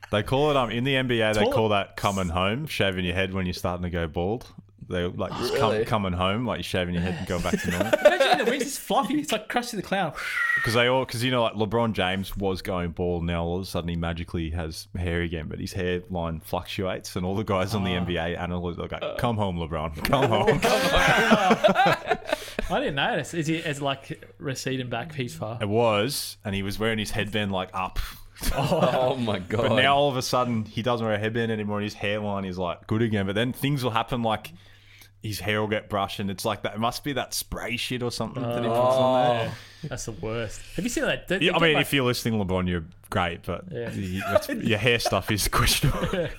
They call it um in the NBA. they
all-
call that coming home, shaving your head when you're starting to go bald. They like just come,
Really?
coming home, like you're shaving your head and going back to normal.
Imagine in the winds, it's fluffy. It's like Crashing the Clown.
Because they all, because you know, like LeBron James was going bald. Now all of a sudden he magically has hair again, but his hairline fluctuates, and all the guys on the
Ah.
NBA analysts are
Uh.
like, "Come home, LeBron. Come home."
I didn't notice. Is he as like receding back he's far?
it was, and he was wearing his headband like up.
Oh my god!
But now all of a sudden he doesn't wear a headband anymore, and his hairline is like good again. But then things will happen like. His hair will get brushed, and it's like that. It must be that spray shit or something that he puts
Oh.
on there.
That's the worst. Have you seen that? They- they
Yeah, I
get,
mean,
like-
if you're listening, LeBron, you're great, but
Yeah.
you- that's- your hair stuff is questionable.
I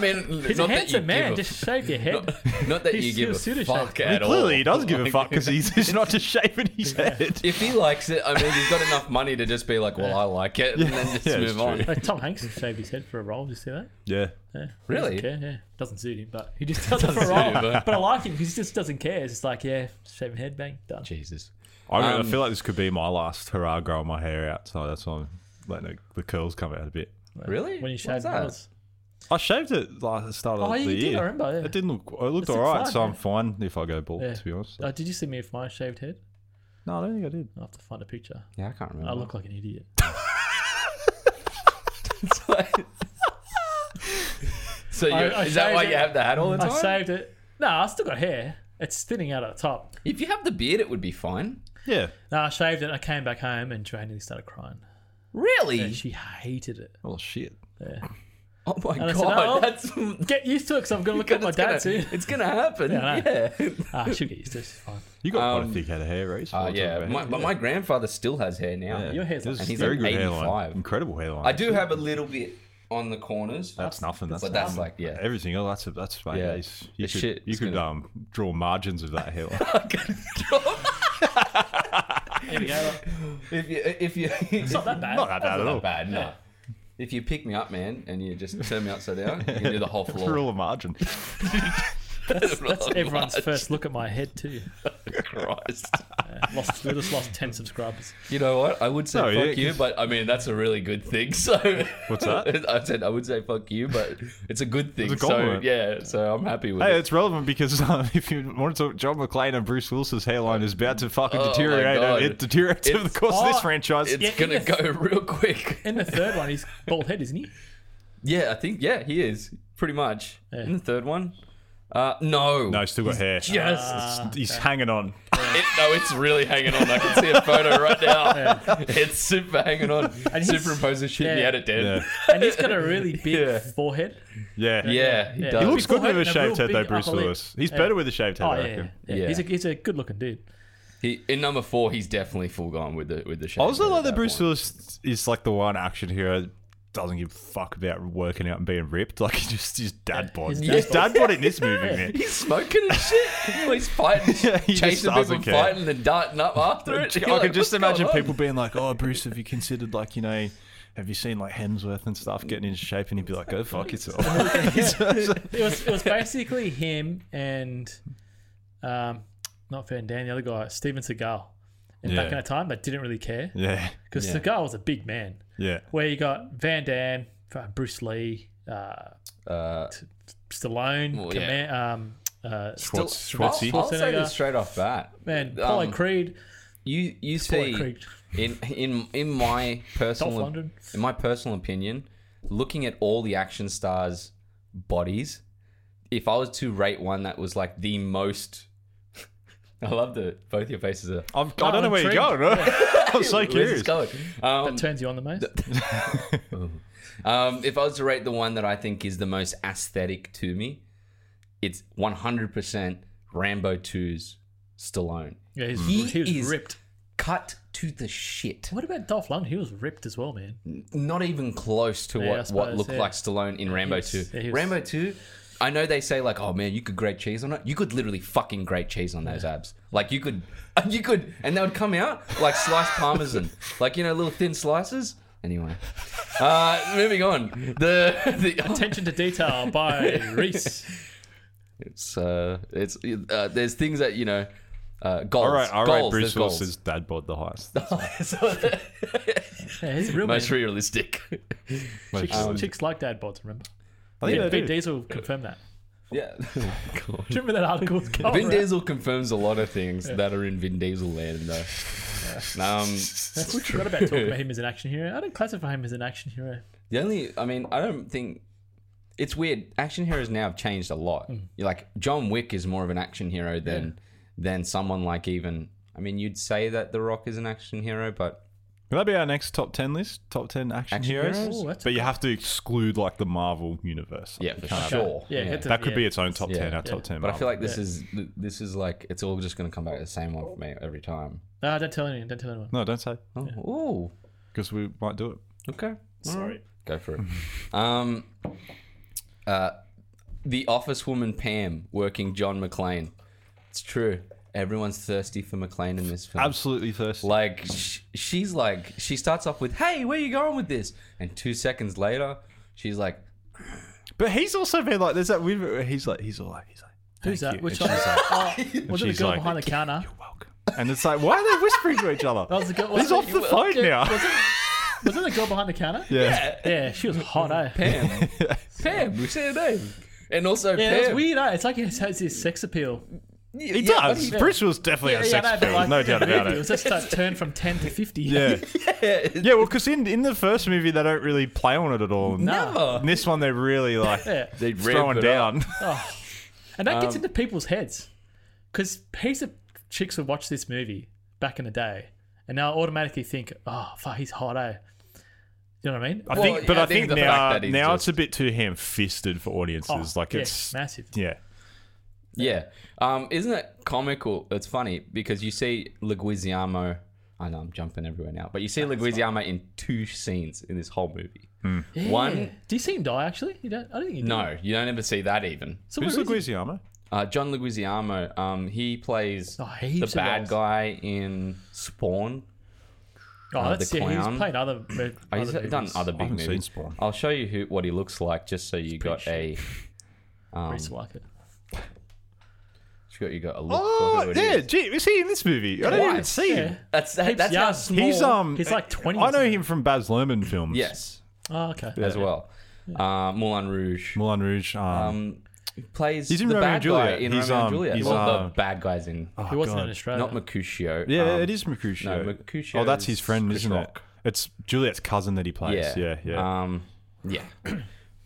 mean,
he's
not
a
that you
handsome man.
give a-
Just shave your head.
not that
He's
you give
still
a
pseudo-shaved.
fuck at all.
Clearly, he does give a
Like-
fuck because he's, he's not just shaving his head.
If he likes it, I mean, he's got enough money to just be like, "Well, I like it," and then just
Yeah, it's
move on.
Like Tom Hanks shaved his head for a role. Did you see that?
Yeah.
Yeah. He
Really?
Doesn't care, yeah. Doesn't suit him, but he just does it for a
suit
role.
him, but-
but... I like him because he just doesn't care. It's just like, yeah, shave my head, bang, done.
Jesus.
I, mean,
Um,
I feel like this could be my last hurrah growing my hair out, so that's why I'm letting the, the curls come out a bit.
Really?
When you
What's
shave
that?
yours.
I shaved it last the start of
Oh,
the
yeah, you
year.
did. I remember. Yeah.
It didn't look. It looked
This
all
looks
right,
fine,
so
yeah.
I'm fine if I go bald,
Yeah.
to be honest.
Oh, did you see me with my shaved head?
No, I don't think I did.
I'll have to find a picture.
Yeah, I can't remember.
I look like an idiot.
so you,
I- I
is that why
shaved
you
it.
have the hat all the
I
time?
saved it. No, I still got hair. It's thinning out at the top.
if you have the beard, it would be fine.
Yeah.
No, I shaved it. I came back home and Joanne nearly started crying.
Really?
And she hated it.
Oh shit.
oh my
I
god,
said, "Oh,
that's
Get used to it because I'm going to look at my
it's
dad
gonna,
soon.
It's gonna happen.
Yeah, I
Yeah.
Ah, I should get used to it. It's fine.
You got quite
Um,
a thick head of hair, Reese.
Uh,
while we're
yeah,
talking
my,
about
but my grandfather still has hair now.
hair.
your hair's like-
This is
And he's
very
like
good hairline.
85.
Incredible hairline.
I do have a little bit on the corners,
That's nothing. That's
but that's
nothing.
like yeah.
Everything else, that's that's my
Yeah.
ace. You
It's
could,
shit.
You
It's
could
gonna-
um, draw margins of that hairline.
There we go.
if you if you it's
Not that bad.
Not that bad at all.
bad, no. If you pick me up, man, and you just turn me upside down, you can do the whole floor.
Rule of margin.
That's, that's everyone's first look at my head too.
Christ.
Lost, we just lost ten subscribers.
You know what? I would say
No,
fuck
yeah,
you,
'cause-
but I mean that's a really good thing. So
What's that?
I said I would say fuck you, but it's a good thing. so
compliment.
yeah, so I'm happy with
hey,
it.
it's relevant because uh, if you want to talk, John McClane and Bruce Willis's hairline is about to fucking
Oh my
deteriorate.
God.
and It deteriorates over the
It's-
course of this
Oh,
franchise.
It's
Yeah,
gonna
in
go real quick.
In the third one, he's bald head, isn't he?
Yeah, I think yeah, he is pretty much.
Yeah.
In the third one, uh, no,
no, he's still got hair.
yes,
Ah,
He's hanging on.
It, no, it's really hanging on. I can see a photo right now. It's super hanging on.
And he's-
Superimpose the shit and
yeah.
he had it dead.
Yeah,
and he's got a really big
Yeah.
forehead.
yeah.
Yeah, he
Yeah.
does.
He looks good with a
Forehead and a real
shaved head, though,
big
Bruce
upper lip.
Willis. He's
Yeah.
better with a shaved head,
Oh
I
yeah,
reckon.
yeah. yeah.
Yeah.
He's a he's a good looking dude.
He, in number four, he's definitely full gone with the with the shit.
I also like that Bruce Willis is like the one action hero that doesn't give a fuck about working out and being ripped. Like he just his dad bod.
his
His
dad bod.
dad bod in this movie, man.
He's smoking and shit. he's fighting,
Yeah, he just
chasing
doesn't
people,
care.
fighting and darting up after it.
I
You're
can
like,
just
"What's
imagine
going on?"
people being like, "Oh, Bruce, have you considered like you know, have you seen like Hemsworth and stuff getting into shape?" And he'd be like, "Go fuck yourself."
It was it was basically him and um not Van Damme, the other guy, Steven Seagal. And
Yeah.
back in that time, they didn't really care
yeah,
because
Yeah.
Seagal was a big man.
yeah.
Where you got Van Damme, uh, Bruce Lee, uh,
Uh,
Stallone,
Well, yeah.
Command, um, uh,
still-
Schwartz-
I'll,
Schwartzy.
I'll say
Schwarzenegger.
this straight off bat.
man,
Um,
Apollo Creed,
You you
Apollo
see
Creed,
in in in my
Dolph
personal
Lundgren.
in my personal opinion, looking at all the action stars' bodies, if I was to rate one that was like the most, I love that both your faces are.
I'm, I
I'm
don't know where you're
intrigued.
going. I'm so
Where's this
curious.
going? Um,
That turns you on the most.
um, if I was to rate the one that I think is the most aesthetic to me, it's 100% Rambo 2's Stallone.
Yeah, he's,
He
he, was
is-
ripped.
Cut to the shit.
What about Dolph Lundgren? He was ripped as well, man.
not even close to
Yeah, I
what, what
suppose,
looked
yeah.
like Stallone in Rambo
was-
2.
yeah, he was-
Rambo 2, I know they say like, oh man, you could grate cheese on it. You could literally fucking grate cheese on those abs. Like you could, you could, and they would come out like sliced parmesan, like you know, little thin slices. Anyway, uh, moving on. The, the
Attention to detail by Reese.
it's uh, it's uh, there's things that you know Uh, goals.
All right, all right.
goals.
Bruce
There's
Willis
goals.
is dad bod the highest.
So-
Yeah, he's a real
most
man.
realistic.
Chicks,
Um,
chicks like dad bods, remember?
I think
Yeah,
they
Vin
do.
Diesel confirmed that.
yeah.
Do you remember that article? was going
Vin
around?
Diesel confirms a lot of things that are in Vin Diesel land, though. Um,
That's we forgot about talking about him as an action hero. I don't classify him as an action hero.
the only, I mean, I don't think it's weird. Action heroes now have changed a lot. You're like John Wick is more of an action hero than than someone like even. I mean, you'd say that The Rock is an action hero, but
Can that be our next top ten list? Top ten action,
Action
heroes.
heroes?
Ooh, Oh, that's
but you have to exclude like the Marvel universe.
yeah, for
Can't-
sure.
Yeah, get to-
that could
yeah.
be its own top
Yeah.
ten. Our
Yeah.
top ten.
But I feel
Marvel.
like this is this is like it's all just going to come back to the same one for me every time.
No, don't tell anyone. Don't tell anyone.
no, don't say
Oh, ooh,
because we might do it.
okay.
Sorry.
Go for it. um, uh, the office woman Pam working John McClane. It's true. Everyone's thirsty for McClane in this film.
Absolutely thirsty.
Like sh- she's like she starts off with "Hey, where you going with this?" and two seconds later she's like,
But he's also been like, there's that weird. He's like, he's all like, he's like,
Who's
"Thank
that?
you."
Which
And
one?
she's
Oh, was it the
she's
girl
like-
behind the counter?
You're welcome. And it's like, why are they whispering to each other?
That was the girl.
he's off the phone now.
Was it the girl behind the counter?
Yeah.
Yeah, she was hot, eh?
"Pam, Pam, we say her name." And also,
Yeah,
Pam,
it's weird, eh? It's like it has this sex appeal.
He does. Bruce was definitely a sex
but
appeal. no doubt about
It was
it.
just that turn from 10 to 50.
Yeah. Yeah, well, because in, in the first movie, they don't really play on it at all.
Never.
In this one, they're really like
Yeah.
They ramp
throwing
it up.
down.
And that
Um,
gets into people's heads. Because heaps of chicks would watch this movie back in the day and now automatically think, oh, fuck, he's hot, eh? You know what I mean?
I
Well,
think,
yeah,
but
I
I think,
think the fact
now,
that he's
now
just- Oh,
it's a bit too ham-fisted for audiences. like
oh, yeah,
it's
massive.
yeah,
Yeah. Um, isn't it comical? It's funny because you see Leguizamo. I know I'm jumping everywhere now, but you see Leguizamo in two scenes in this whole movie.
Hmm.
One,
Do you see him die, actually? You don't, I don't think you do.
no, you don't ever see that even.
So
Who's
where is he?
Leguizamo?
Uh, John Leguizamo, um, he plays
Oh, heaps
the
of
bad
roles.
guy in Spawn.
Oh,
Uh,
that's
the
yeah,
clown.
he's played other. mo-
Oh, he's
other
done
movies.
other big
haven't seen
movies.
Spawn.
I'll show you who, what he looks like, just so you got a,
I used to like Um, it.
you got, you got a look. for who
Oh,
it
yeah,
is.
gee, is he in this movie? I didn't even
Twice.
see
Yeah.
him.
that's that,
Heaps
that's how
young.
small.
He's um,
He's like 20 or
I know
something.
him from Baz Luhrmann films.
yes,
Oh, okay.
as well. Uh, Moulin Rouge.
Moulin Rouge. Um,
um, plays
He's in
the
Romeo
bad
and Juliet.
guy in
He's,
Romeo
um,
and Juliet.
he's,
well,
uh,
the bad guys in
oh,
He wasn't
God.
in Australia.
not Mercutio.
Yeah,
um,
it is Mercutio.
No, Mercutio.
Oh, that's his
is
friend,
Chris
isn't
Rock.
it? It's Juliet's cousin that he plays. Yeah, yeah.
Um, yeah,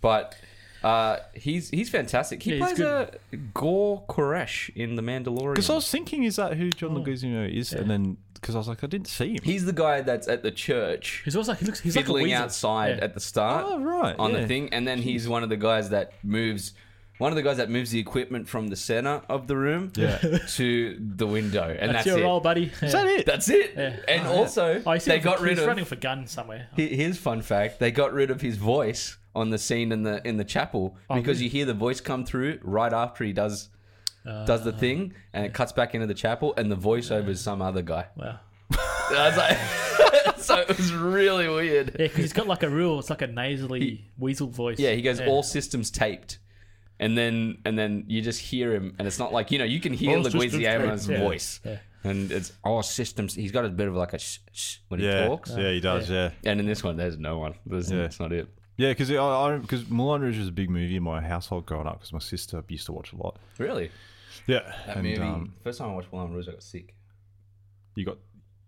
but uh, he's he's fantastic. He
Yeah, he's
plays a Gore Koresh in The Mandalorian.
Because I was thinking, is that who
Hmm.
John Leguizamo is? And then because I was like, I didn't see him.
he's the guy that's at the church
He's also he looks he's
fiddling
like a weasel.
outside
Yeah.
at the start.
Oh, right,
on the
yeah.
thing, and then he's one of the guys that moves. One of the guys that moves the equipment from the center of the room
Yeah.
to the window, and that's,
That's your
it.
role, buddy.
Is that it?
That's it. And also,
Oh, you see
they
him-
got rid
he's
of.
running with a gun somewhere. Oh,
he- Here's fun fact: they got rid of his voice on the scene in the in the chapel
Oh,
because you hear the voice come through right after he does does
Ah.
the thing, and it cuts back into the chapel, and the voiceover is some other guy.
Wow.
I was like, so it was really
Yeah,
weird.
'cause he's got like a real, it's like a nasally weasel voice.
Yeah, he goes all systems taped. And then, and then you just hear him, and it's not like you know you can hear
All systems
Leguiziamo's
taped, yeah.
voice,
Yeah.
and it's all systems. He's got a bit of like a sh- sh when he
yeah,
talks,
yeah, he does. Yeah,
and in this one there's no one. There's,
Yeah.
That's not it.
yeah, because I, I because Moulin Rouge was a big movie in my household growing up because my sister used to watch a lot.
Really?
Yeah,
That
and
movie.
um,
first time I watched Moulin Rouge, I got sick.
you got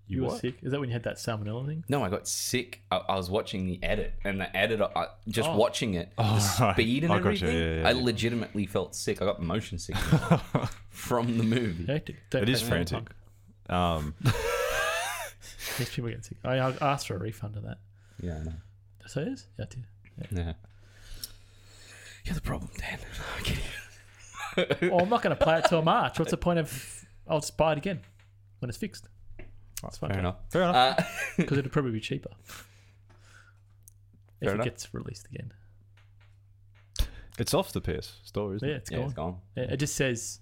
you,
You were
what?
sick. Is that when you had that salmonella thing?
No, I got sick. I, I was watching the edit, and the edit, I, just
Oh.
watching it, the
right.
speed and
I gotcha,
everything,
yeah, yeah,
I
yeah.
legitimately felt sick. I got motion sickness from the movie.
Yeah, don't- don't
Hmm. It is
pay me that
frantic.
much.
Um,
Yes, people get sick. I, I asked for a refund of that.
Yeah, I know.
So it is? Yeah, I did.
Yeah. You're the problem, Dan. I'm kidding.
Well, Oh, I'm not going to play it till March. What's the point of? I'll just buy it again when it's fixed. That's fine.
Fair enough.
fair enough.
Uh,
Because it'll probably be cheaper if
Fair
it
enough.
gets released again.
it's off the PS store, isn't
Yeah,
it?
it's
yeah,
gone.
it's gone.
Yeah, It just says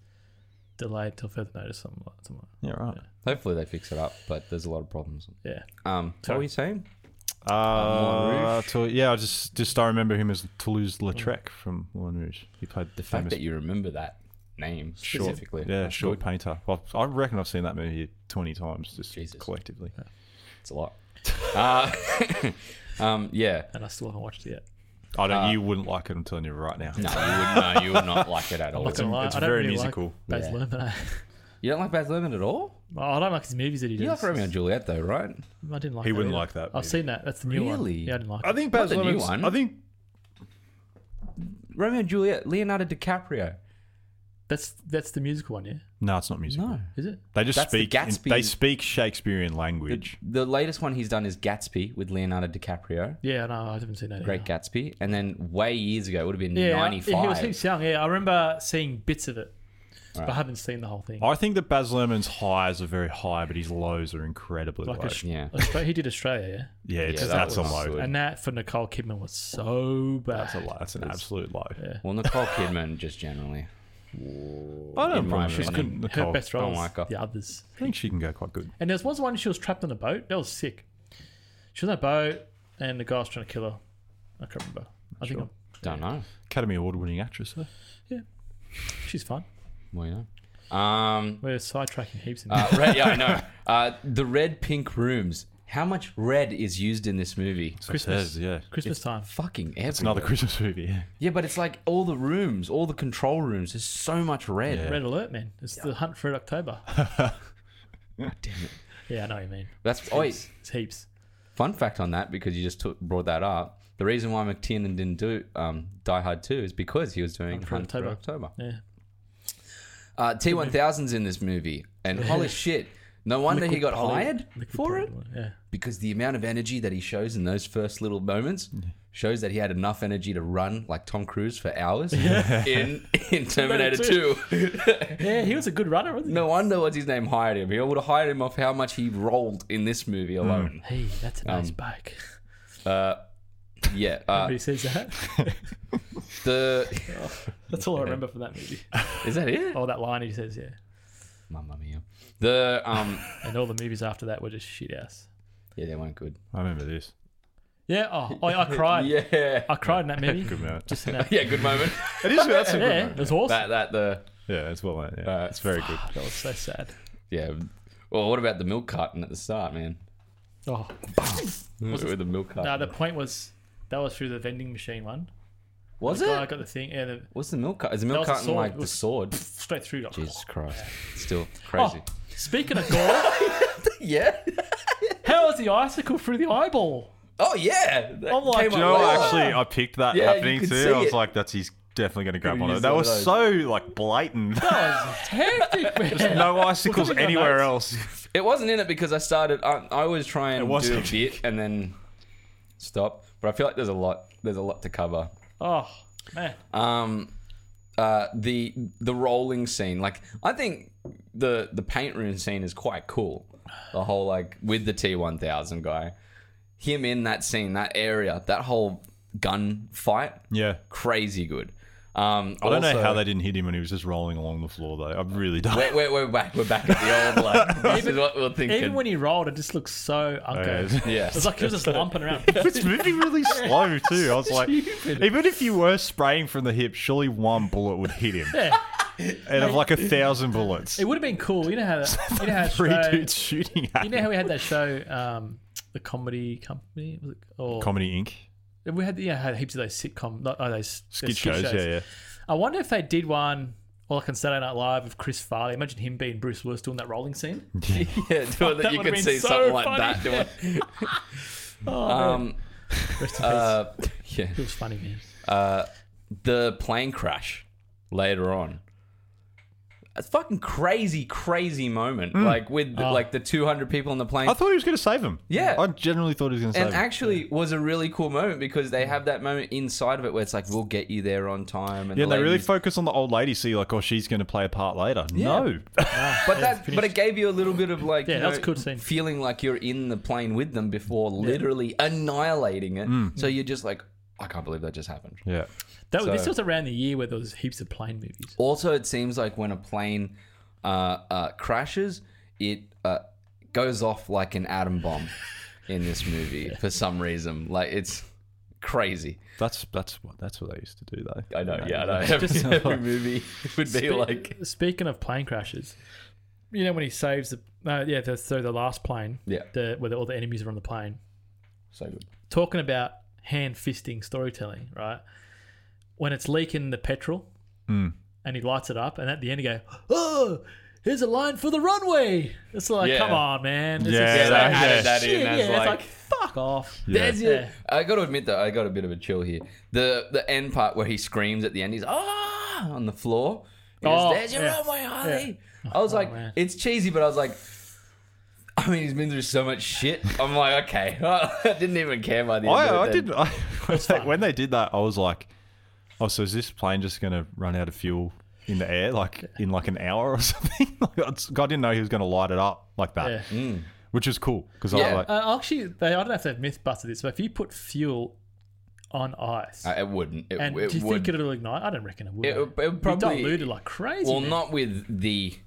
delayed till further notice. Something like, something like
Yeah, right.
Hopefully they fix it up, but there's a lot of problems.
yeah.
Um, what
Sorry.
were you saying?
Uh,
Moulin
Tou- yeah, I just just I remember him as Toulouse Lautrec from Moulin Rouge. He played
The
the
fact
famous.
that you remember that name
Sure.
specifically.
Yeah,
That's
sure.
good.
Painter. Well, I reckon I've seen that movie twenty times, just
Jesus.
collectively.
It's a lot. uh, um, yeah.
and I still haven't watched it yet.
I don't. you wouldn't like it. I'm telling you right now.
Uh, No, you would, no, you would not like it at all.
Not gonna lie,
it's
I don't
very
really
musical.
Like Baz
Yeah.
Luhrmann.
You don't like Baz Luhrmann at all?
Well, I don't like his movies that he does.
You like Romeo and Juliet though, right?
I didn't like.
He
that either.
wouldn't like that
I've
movie.
seen that. That's the new one.
Really?
Yeah, I didn't like.
I
it.
think Baz
the new
Luhrmann's.
one.
I think
Romeo and Juliet, Leonardo DiCaprio.
That's that's the musical one. Yeah,
no, it's not musical.
No.
is it?
They just
That's the
speak. in-
Gatsby.
they speak Shakespearean
The,
language.
the latest one he's done is Gatsby with Leonardo DiCaprio.
Yeah, no, I haven't seen that.
Great Gatsby. And then way years ago, it would have been
either. Yeah, I- He was,
95.
he was young. Yeah, I remember seeing bits of it, but I haven't seen the whole thing.
I think that Baz Luhrmann's highs are very high, but his lows are incredibly
Like
low.
a sh-
yeah.
Austra- he did Australia,
yeah, it's,
Yeah, that
that's a
was
low.
good.
yeah, and that for Nicole Kidman was so bad.
That's a low. That's an absolute low.
Well, Nicole Kidman, just generally.
I
In
don't
my
mind. She's
opinion.
good.
Her
Nicole.
best
don't
roles,
like her.
the others.
I think she can go quite good.
And there was once one she was trapped on a boat. That was sick. She was on a boat, and the guy was trying to kill her. I can't remember. I think
Sure.
I'm,
Don't know.
Academy Award-winning actress. Huh?
she's fine.
Well, you know. Um,
We're sidetracking heaps. In
Ah,
uh, red, yeah, I know. Uh, the red pink rooms. How much red is used in this movie?
So it
Christmas.
says, yeah.
Christmas time.
Fucking everywhere.
It's another Christmas movie. Yeah.
Yeah, but it's like all the rooms, all the control rooms. There's so much red.
Yeah.
Red alert, man. It's the hunt for October.
Damn it.
Yeah, I know what you mean.
That's wait.
It's heaps.
Fun fact on that because you just took, brought that up. The reason why McTiernan didn't do um, Die Hard 2 is because he was doing
Hunt for
Hunt for
October.
October.
Yeah.
Uh, T1000's in this movie, and holy shit, no wonder he got hired
Liquid
for
Parade
it
one, Yeah.
because the amount of energy that he shows in those first little moments shows that he had enough energy to run like Tom Cruise for hours in in Terminator
Terminator
2.
Yeah, he was a good runner, wasn't he?
No wonder what's his name hired him. He would have hired him off how much he rolled in this movie
Hmm.
alone.
Hey, that's a nice bike.
Uh, yeah, Um, uh,
Everybody says that.
the
That's all I remember from that movie.
is that it?
Oh, that line he says, yeah.
Mamma mia. The um,
And all the movies after that were just shit ass.
yeah, they weren't good.
I remember this.
Yeah. Oh, I, I cried.
Yeah,
I cried in that movie.
Good man.
Just in that.
yeah, good moment.
It is. That's a good
Yeah,
one.
it was awesome.
that that the
Yeah, it's well. Yeah,
Uh,
it's very good.
Ah, That was so sad.
yeah. Well, what about the milk carton at the start, man?
Oh,
Was with the milk carton.
no, the point was that was through the vending machine one.
was
the
it?
guy got the thing, yeah, the,
What's the milk carton? Is the milk
was the
carton
sword.
like
It
the
was-
sword?
straight through. Like,
Jesus Christ, still crazy.
Oh, speaking of gore,
Yeah.
how is the icicle through the eyeball?
Oh yeah. That
I'm like,
came up
No,
later.
actually, I picked that
Yeah, you
happening
could
too.
see
I was
it.
like, "That's he's definitely going to grab
Could've
on it."
used
That
one
was
of those.
so like blatant.
That was hectic, man.
no icicles
Look at your
anywhere
notes.
else.
It wasn't in it because I started. I, I always try and
It was
do a
actually-
bit and then stop. But I feel like there's a lot. There's a lot to cover.
Oh man,
Um, uh, the the rolling scene. Like I think the the paint room scene is quite cool. The whole like with the T one thousand guy, him in that scene, that area, that whole gun fight,
Yeah,
crazy good. Um,
I don't know how they didn't hit him when he was just rolling along the floor though. I really don't.
We're, we're, we're back. We're back at the old like. this is what we're thinking.
even when he rolled, it just looked so unco.
Oh, Yeah.
yeah.
It's like he was just lumping around.
It's moving really slow too. I was like, even if you were spraying from the hip, surely one bullet would hit him
Yeah.
out of like a thousand bullets.
It would have been cool. You know how that, you know how that
Three
show,
dudes shooting at
you
him.
know how we had that show, um, the comedy company, was it? Or
Comedy Inc.
we had yeah had heaps of those sitcom, not oh, those
Skid,
those
shows, Yeah, yeah.
I wonder if they did one. Or like on Saturday Night Live with Chris Farley. Imagine him being Bruce Willis doing that rolling scene.
Yeah, doing that,
that
you
would've
could
been
see
so
something like
funny.
that. Doing,
Oh, man.
um,
Rest in peace.
uh, yeah,
it was funny, man.
uh, the plane crash later on. A fucking crazy, crazy moment. Like with the,
Oh.
like the two hundred people on the plane.
I thought he was going to save him.
Yeah.
I generally thought he was going to save
and
him.
actually was a really cool moment because they have that moment inside of it where it's like we'll get you there on time and
Yeah,
the
they really
ladies-
focus on the old lady. See, like, oh, she's going to play a part later. No,
but that but it gave you a little bit of like
Yeah,
you
that was
know,
a cool scene.
feeling like you're in the plane with them before literally annihilating it
Mm.
so you're just like I can't believe that just happened
yeah,
That was, this
So-
was around the year where there was heaps of plane movies.
Also, it seems like when a plane uh, uh, crashes, it uh, goes off like an atom bomb in this movie for some reason. Like it's crazy.
That's that's what that's what they used to do though.
I know.
Back
Yeah,
in
I know.
the day.
Every,
Just-
every movie would be
Spe-
like,
Speaking of plane crashes, you know when he saves the uh, yeah the, so the last plane
yeah,
the where all the enemies are on the plane.
so good.
Talking about hand fisting storytelling, right? When it's leaking the petrol,
Mm.
and he lights it up, and at the end he go, oh. Here's a line for the runway. It's like,
Yeah.
come on, man. This
Yeah,
is
Yeah, they
like,
added
that in
shit,
as
yeah, it's
like-
like, fuck off.
Yeah.
There's your,
Yeah.
I got to admit though, I got a bit of a chill here. The the end part where he screams at the end, he's ah on the floor. He goes,
Oh,
There's your
yeah, Oh,
runway, Harley. I was like,
man.
it's cheesy, but I was like, I mean, he's been through so much shit. I'm like, okay, I didn't even care by the end. of it
Oh, I, I
then.
didn't. I, when, they,
fine.
when they did that, I was like, "Oh, so is this plane just going to run out of fuel in the air, like in like an hour or something?" like, I just- I didn't know he was going to light it up like that,
Yeah.
which is cool because
Yeah.
I was like,
Uh, actually, they, I don't know if they've myth busted this, but if you put fuel on ice,
I- Uh, it wouldn't. It,
and
it
do you
would.
think it'll ignite? I don't reckon it would.
It- it
It'd be
probably-
diluted like crazy.
Well,
man.
not with the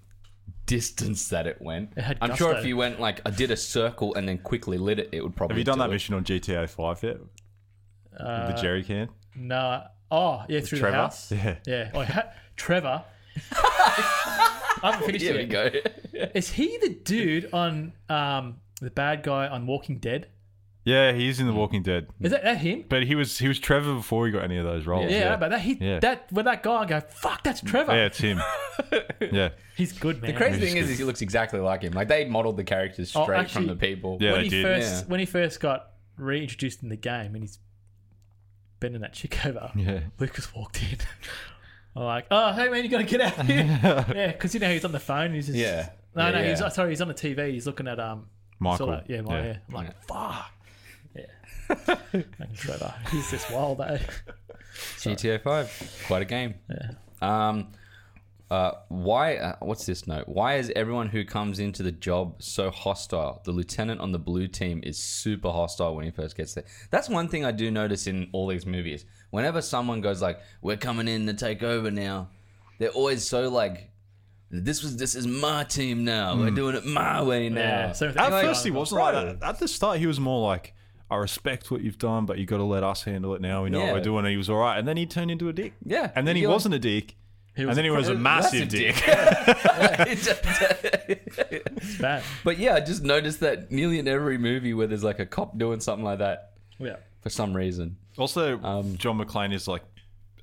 distance that it went.
had
I'm sure
gusto.
if you went like I did a circle and then quickly lit it, it would probably.
"Have you done
do
that
it.
mission on GTA Five yet? the jerry can,
Nah. Oh, yeah, through
Trevor?
the house.
Yeah.
Yeah. Oh, ha- Trevor. I haven't finished
Here we
it.
go.
yet. Is he the dude on um the bad guy on Walking Dead?
yeah, he's in The Walking Dead,
Is that, that him?
but he was he was Trevor before he got any of those roles.
Yeah,
yeah,
but that he
Yeah.
that when that guy I go, fuck, that's Trevor.
Yeah, it's him. yeah,
He's good, man.
Mm. The crazy thing is, is he looks exactly like him. Like they modeled the characters
Oh,
straight from
actually-
the people.
Yeah.
when
they
he
did.
first
Yeah.
when he first got reintroduced in the game and he's bending that chick over.
yeah.
Lucas walked in. I'm like, oh, hey man, you gotta get out of here. yeah, because you know he's on the phone. He's just
Yeah.
No,
Yeah,
no,
yeah.
he's sorry, he's on the TV. He's looking at um.
Michael.
sort of- yeah, my, yeah. I'm like, fuck. Yeah. and Trevor, he's just wild, eh?
GTA Five, quite a game. Yeah. Um, uh, why? Uh, what's this note? Why is everyone who comes into the job so hostile? The lieutenant on the blue team is super hostile when he first gets there. That's one thing I do notice in all these movies. Whenever someone goes like, "We're coming in to take over now," they're always so like. This was this is my team now. We're doing it my way now.
Yeah, same thing.
At
Like,
first, he
like,
wasn't like that. At the start, he was more like, "I respect what you've done, but you got to let us handle it now. We know
Yeah.
what we're doing." And he was all right, and then he turned into a dick.
Yeah.
and then he
You're
wasn't a dick,
was
and then he was a massive dick.
It's bad.
But yeah, I just noticed that nearly in every movie where there's like a cop doing something like that
Yeah.
for some reason.
Also, John McClane is like,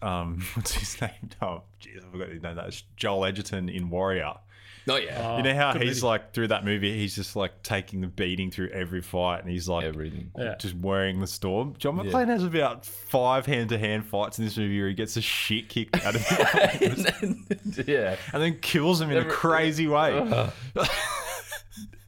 um, what's his name? Oh, jeez, I forgot his name. That's Joel Edgerton in Warrior.
Oh yeah,
you know how
good
he's
movie.
like through that movie, he's just like taking the beating through every fight, and he's like
everything.
Yeah.
just wearing the storm. John McClane has about five hand-to-hand fights in this movie where he gets the shit kicked out of him.
yeah,
and then kills him in a
Every- Uh,
crazy way.
Uh,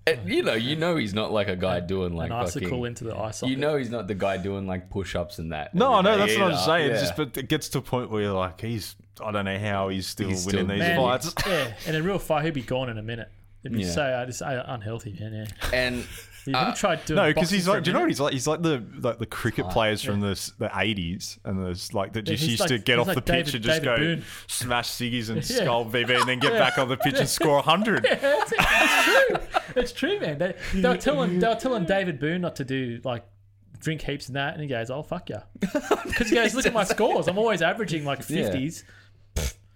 And, you know, you know, he's not like a guy doing like
An icicle
fucking.
into the ice.
You know, he's not the guy doing like push-ups and that.
no,
every
no,
day
that's what I'm
either.
saying. It's
Yeah.
just but it gets to a point where you're like, he's I don't know how he's still
He's
winning
still
these
Man.
fights.
yeah, in a real fight, he'd be gone in a minute. It'd be
Yeah.
so uh, just, uh, unhealthy, man. Yeah.
and
You ever tried doing
Uh, No, because
boxing
he's
for a
like, do you know what
minute?
he's like? He's like the like the cricket players from the s- the eighties, and there's like that just
he's
used
like-
to get
he's
off
like
the pitch
David-
and just
David
go
Boone.
smash ciggies and skull VV, and then get back on the pitch and score hundred.
Yeah, it's, it's true. It's true, man. They, they were telling they were telling David Boone not to do like drink heaps and that, and he goes, "Oh fuck yeah," because he goes, "Look at my scores. I'm always averaging like 50s."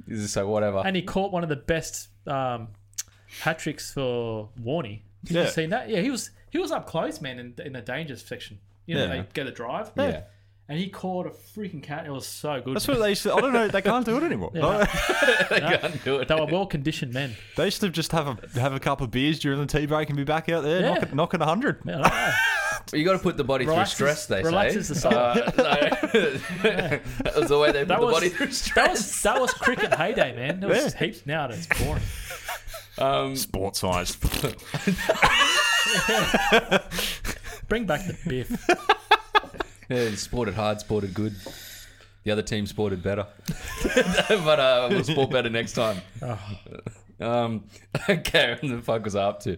he's just like whatever.
And he caught one of the best um, hat tricks for Warney.
Yeah.
You seen that? Yeah, he was he was up close, man, in, in the danger section. You know,
Yeah.
they get a drive.
yeah,
And he caught a freaking cat. It was so good.
That's what they used to. I don't know. They can't do it anymore.
they can't do it.
they were well conditioned men.
They used to just have a have a couple of beers during the tea break and be back out there
Yeah.
knocking knocking hundred.
Yeah, I don't know.
You got to put the body
Relaxes-
through stress. They
relaxes
say.
the soul.
Uh, no. that was the way they put
That
the
was-
body through
that
stress.
was that was cricket heyday, man. There was heaps now. That's boring.
um,
Sports science.
Bring back the biff.
Yeah, he sported hard, sported good. The other team sported better. but uh, we'll sport better next time.
Ah.
Um, okay, what the fuck was I up to?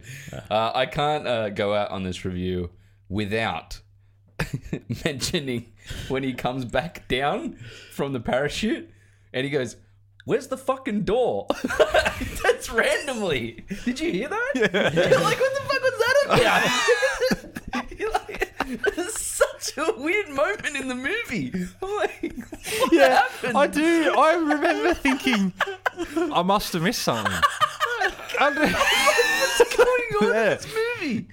Ah.
Uh, I can't uh, go out on this review without mentioning when he comes back down from the parachute and he goes, Where's the fucking door? That's randomly. Did you hear that? You're like, What the fuck was that about? You're like, Such a weird moment happened in the movie? I'm like, what
Yeah,
happened?
I do. I remember thinking I must have missed something. I
What's going on in
Yeah.
this movie?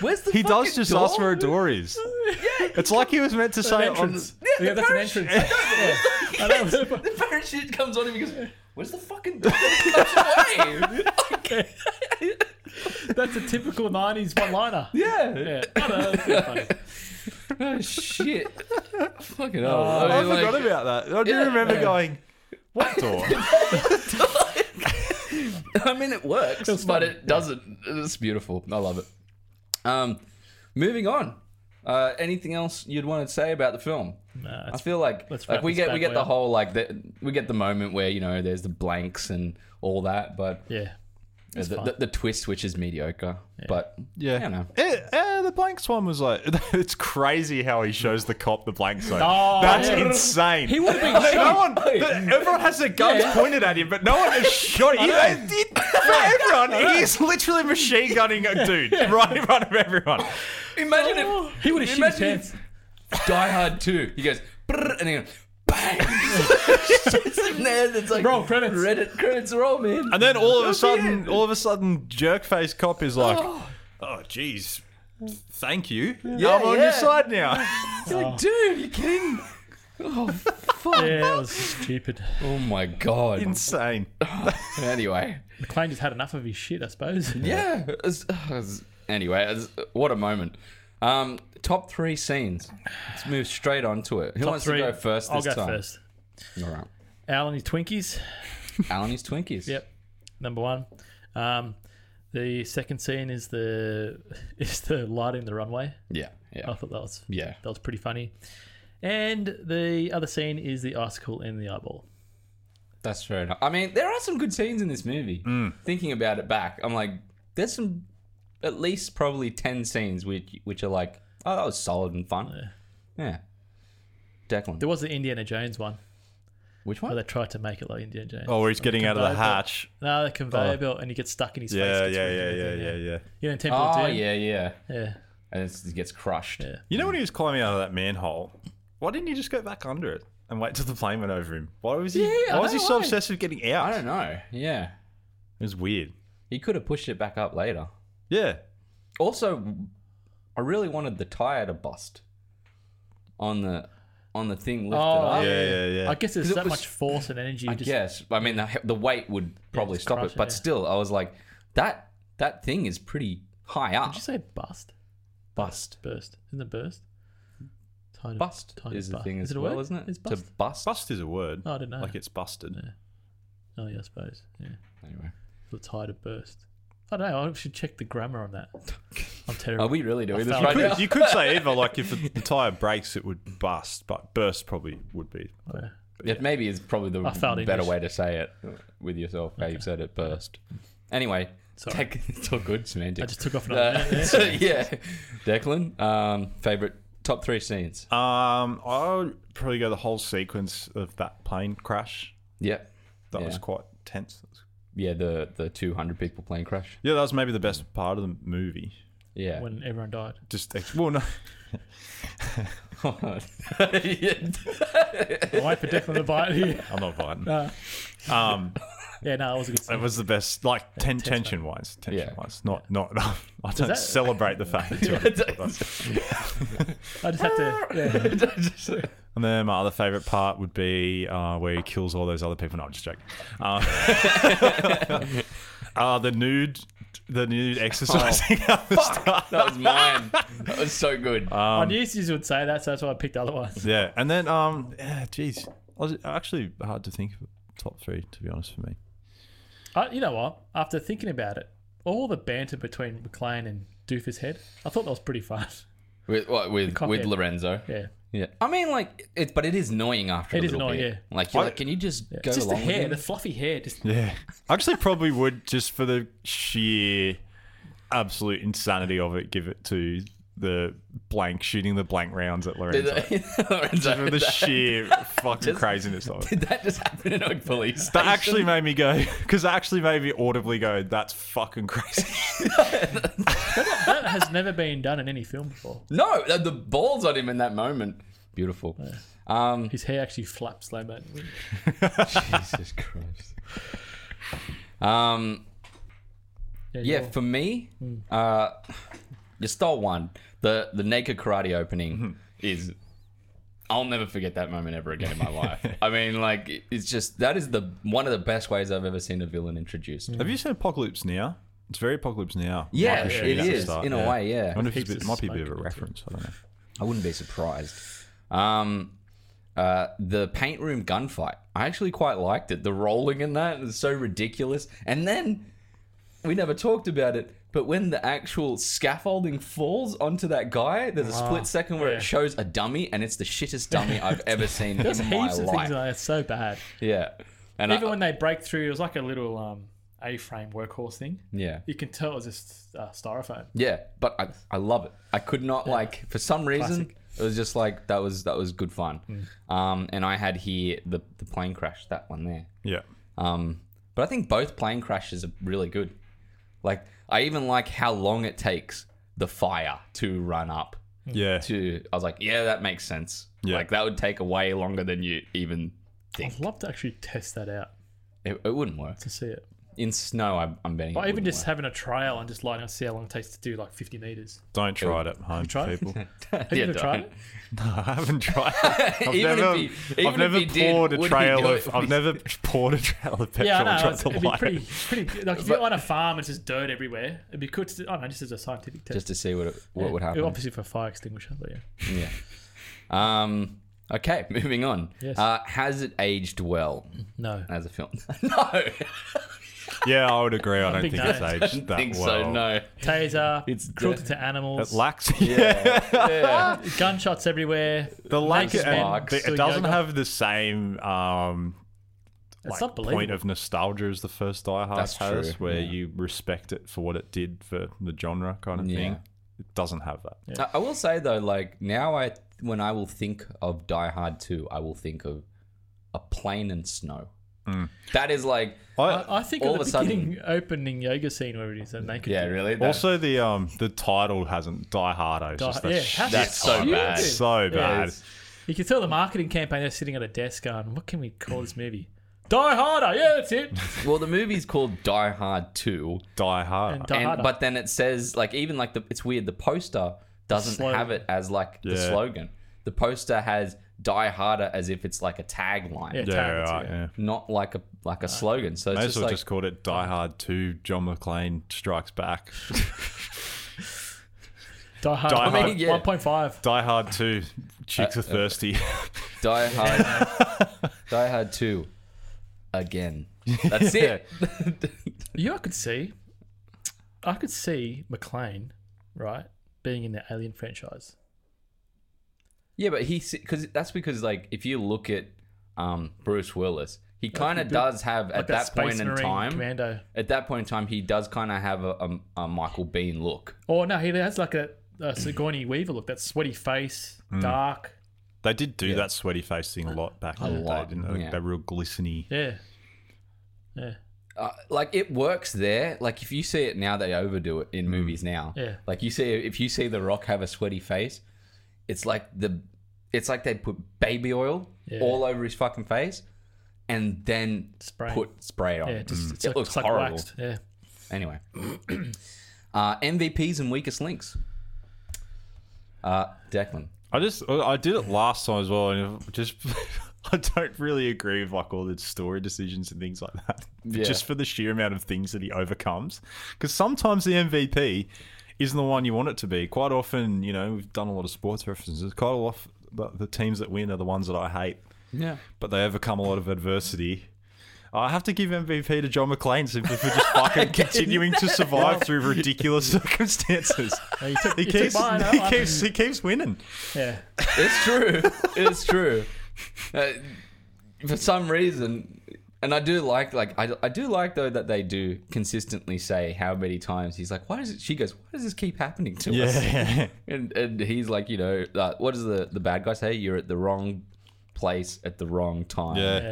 Where's the
do- he does
fucking
just
door?
ask where a door is. It's like he was meant to
an
say on
entrance. Yeah, that's an entrance. Yeah. I know.
The parachute comes on him and he goes, Where's the fucking door? He cuts away.
That's a typical 90s one liner.
yeah.
Yeah. I know, that's pretty funny.
Oh, shit. Fucking hell.
Oh, I,
I mean,
forgot
like-
about that. I do
Yeah.
remember going, what door?
I mean, it works,
was
but
fun.
it doesn't. It's beautiful. I love it. Um, moving on. Uh, anything else you'd want to say about the film?
Nah,
I
it's-
feel like,
let's
like
wrap
we
this
get
bad
we get
boy
the
up.
whole like the, we get the moment where you know there's the blanks and all that, but
yeah.
the,
fine.
the, the twist which is mediocre. But
Yeah.
you know.
Eh, eh, the blanks one was like, it's crazy how he shows the cop the blank zone.
Oh,
That's
yeah.
insane.
He would have been
no
shot.
one, the- everyone has their guns pointed at him, but no one has shot him. He- he- for everyone, he's literally machine gunning a dude right in front of everyone.
Imagine if
He would have shit his
imagine
pants.
if Die Hard Two. He goes "Brrr," and he goes bang. It's in there, it's like
Roll credits.
Reddit credits roll, man.
And then all
That'd
of a
be
sudden,
it.
all of a sudden, jerkface cop is like, "Oh, jeez, thank you. I'm on
yeah.
your side now."
You're like, dude, you kidding? Oh, fuck.
Yeah, that was stupid.
Oh my god.
Insane.
anyway,
McLean just had enough of his shit, I suppose.
yeah. it's- it's- anyway, it's- what a moment. Um, top three scenes. Let's move straight on to it. Who
Top
wants
three.
to go first?
I'll
This
go
time?
first.
All right.
Al and his Twinkies.
Alan is Twinkies.
Yep. Number one. Um, the second scene is the is the lighting the runway.
Yeah. Yeah.
I thought that was
Yeah.
that was pretty funny. And the other scene is the icicle in the eyeball.
That's fair enough. I mean, there are some good scenes in this movie.
Mm.
Thinking about it back, I'm like, there's some, at least probably ten scenes which which are like, oh, that was solid and fun. Yeah. Declan,
There was the Indiana Jones one
which
where
one?
they tried to make it like Indiana Jones.
Oh, where he's getting out of the
Conveyor belt.
hatch.
No, the conveyor belt and he gets stuck in his
Yeah,
face. gets
yeah,
ripped
yeah,
and
yeah,
everything,
yeah, yeah.
You know, in Temple
Oh
of Doom.
yeah, yeah.
yeah.
And it's, it gets crushed.
Yeah.
You know when he was climbing out of that manhole? Why didn't he just go back under it and wait till the plane went over him? Why was he?
Yeah, I
why was he
don't
so
know.
obsessed with getting out?
I don't know. Yeah.
It was weird.
He could have pushed it back up later.
Yeah.
Also, I really wanted the tire to bust on the on the thing lifted
Oh,
up.
yeah.
Yeah, yeah, yeah.
I guess there's
'Cause it
that
was-
much force and energy.
I
just,
guess. I mean, the, the weight would probably
just
stop
crush
it,
it,
but
yeah.
still, I was like, that that thing is pretty high up.
Did you say bust?
Bust.
Burst. Isn't it burst? Tiny,
Bust
tiny
is the
bust.
thing as
it a
well,
word?
isn't it?
It's
to
bust.
bust.
Bust is a word.
Oh, I didn't know.
Like it's busted.
oh, yeah, I suppose. Yeah.
Anyway,
The tide of burst. I don't know. I should check the grammar on that. I'm terrible.
are we really doing this
felt
right
like-
now?
Could- you could say either. Like if the tire breaks, it would bust, but burst probably would be.
Yeah.
It maybe is probably the
I found
better
English.
way to say it with yourself, how you've said it first. Anyway,
Sorry.
take, it's all good
I
semantics.
just took off another
Uh,
minute.
so, yeah. Declan, um, favorite top three scenes.
Um, I would probably go the whole sequence of that plane crash.
Yeah.
That was
Yeah.
quite tense.
Yeah, the, the 200 people plane crash.
Yeah, that was maybe the best part of the movie.
Yeah.
When everyone died.
Just well, no,
Yeah.
I'll wait for Declan to bite here.
I'm not violent.
No.
Um,
Yeah, no, it was a good
it
scene.
was the best, like ten,
tense
tension wise, tension
Yeah.
wise. Not, not. I don't
that-
celebrate the fact.
I just had to. Yeah.
and then my other favorite part would be uh, where he kills all those other people. No, I'm just joking. Um, uh, the nude, the
Oh.
nude exercising. at the start.
That was mine. That was so good.
I knew you would say that, so that's why I picked the other ones.
Yeah, and then um, yeah, geez, I was actually hard to think of top three to be honest for me.
I, you know what? After thinking about it, all the banter between McLean and Doofus Head, I thought that was pretty fun.
with what, with with
cockhead.
Lorenzo.
Yeah.
Yeah. I mean, like, it, but it is annoying after
It
a
is
little
annoying,
bit.
yeah.
Like, you're
I-
like, can you just go
It's just the
along with
hair,
him?
the fluffy hair. Just
Yeah, I actually probably would just for the sheer absolute insanity of it. Give it to the blank shooting the blank rounds at Lorenzo
Lorenzo,
for the
that-
sheer fucking craziness of it.
Did that just happen in Oak Police?
That actually made me go because that actually made me audibly go, "That's fucking crazy."
that has never been done in any film before.
No, the, the balls on him in that moment. Beautiful. Um,
His hair actually flaps like that.
Jesus Christ. Um, yeah,
you're-
for me, uh, you stole one. The the naked karate opening is. I'll never forget that moment ever again in my life. I mean, like it- it's just that is the one of the best ways I've ever seen a villain introduced.
Have you seen Apocalypse Now? It's very Apocalypse Now.
Yeah,
Michael
it
Sheen at the
is
start,
in a way.
I
Yeah,
wonder if it's a
Heaps
bit,
of
might be a bit
smoke
of a
into it.
reference. I don't know.
I wouldn't be surprised. Um, uh, the paint room gunfight. I actually quite liked it. The rolling in that is so ridiculous. And then we never talked about it, but when the actual scaffolding falls onto that guy, there's a split second where
Ah, yeah.
it shows a dummy, and it's the shittest dummy I've ever seen in
There's
my
heaps of
life.
things like that. It's so bad.
yeah, and
Even
I,
when they break through, it was like a little um, A-frame workhorse thing.
yeah.
You can tell it was just uh, styrofoam.
Yeah, but I, I love it. I could not like for some reason
Classic. Mm.
it was just like that was that was good fun. Um, and I had here the the plane crash that one there.
Yeah.
Um, but I think both plane crashes are really good. Like I even like how long it takes the fire to run up.
Yeah.
To I was like, yeah, that makes sense.
Yeah.
Like that would take way longer than you even think.
I'd love to actually test that out
It, it wouldn't work
to see it.
in snow. I, I'm betting.
Or
it
even
wouldn't
just
work.
having a trial and just lighting up, see how long it takes to do like 50 meters.
Don't try it at home,
Try it?
people.
Have you
Yeah,
ever tried
don't.
it?
No, I haven't tried. It. I've
Even if
never,
he- even
I've
if
never
he did,
poured
would
a
he
trail
do it?
of. I've never poured a trail of petrol
Yeah, I
and
know.
tried
it's-
to
It'd be
light
pretty,
it.
pretty good. Like, if you're on a farm and it's just dirt everywhere, it'd be good to, I don't know, just as a scientific test.
just to see what it, what would
Yeah.
happen.
Obviously for a fire extinguisher, but yeah.
Yeah. Um. Okay, moving on.
Yes.
Uh, has it aged well
No.
as a film? no,
Yeah, I would agree. I don't
think
think,
no. I
it's aged that
think
well.
so. No.
Taser,
It's
cruelty
de-
to animals,
It lacks. Yeah.
gunshots everywhere.
the lack.
Naked
man
and the-
doing
It doesn't
yoga.
have the same. Um,
It's
like,
not
point
believable.
of nostalgia as the first Die Hard
That's
has,
true,
where
yeah.
you respect it for what it did for the genre kind of
Yeah.
thing. It doesn't have that.
I- I will say though, like now, I when I will think of Die Hard Two, I will think of a plane and snow. That is like,
I,
I, I think
all
of
of a
the
sudden-
beginning opening yoga scene where it is and naked.
yeah, really. That-
also, the um the title hasn't Die Hard. It's
Die-
just
yeah,
that
how
shit
that's so
title.
bad.
It's so bad.
it's- You can tell the marketing campaign they're sitting at a desk going, what can we call this movie? Die Harder, yeah, that's it.
well, the movie's called Die Hard Two,
Die Hard.
And Die
and
Harder.
but then it says like even like the it's weird. The poster doesn't
Slogan.
have it as like the
Yeah.
slogan. The poster has Die Harder as if it's like a tagline.
Yeah.
yeah,
Tarantino.
right. Yeah.
not like a like a slogan. So it's
May
just
as well
like
just called it Die Hard 2 John McClane Strikes Back.
Die Hard,
Die Hard.
I mean, yeah.
1.5.
Die Hard 2
Uh,
Chicks Are Thirsty.
Die Hard, Die Hard Two, again. That's it.
You know, I could see, I could see McLean, right, being in the Alien franchise.
yeah, but he because that's because like if you look at um, Bruce Willis, he kind of
bit
does have at
Like
that, point
Space
in
Marine
time.
commando.
At that point in time, he does kind of have a, a, a Michael Bean look.
Or Oh, no, he has like a, a Sigourney Weaver look. That sweaty face,
Hmm.
dark.
they did do that sweaty face thing a lot back in the day,
lot,
didn't they? Like,
yeah.
They were real glistening.
Yeah, yeah.
Uh, like it works there. Like if you see it now, they overdo it in movies now.
Mm. Yeah.
Like you see, if you see The Rock have a sweaty face, it's like the, it's like they put baby oil
Yeah.
all over his fucking face, and then
Spray.
put spray on.
Yeah,
Hmm.
just, it's
It
like,
looks
it's like
horrible.
waxed. Yeah,
Anyway, uh, MVPs and weakest links. Uh, Declan.
I just, I did it last time as well, and it just, I don't really agree with like all the story decisions and things like that.
Yeah.
Just for the sheer amount of things that he overcomes. Because sometimes the MVP isn't the one you want it to be. Quite often, you know, we've done a lot of sports references. Quite often, the, the teams that win are the ones that I hate.
Yeah.
but they overcome a lot of adversity. I have to give MVP to John McClane simply for just fucking continuing to survive through ridiculous circumstances.
No, you took-
He
you took
keeps,
mine, I-
he
I
keeps, he keeps winning.
yeah.
It's true. it's true. Uh, for some reason, and I do like like I, I do like though that they do consistently say how many times he's like, why does it? She goes, why does this keep happening to us?
Yeah,
And and he's like, you know, uh, what does the the bad guy say? You're at the wrong place at the wrong time.
yeah, Mm.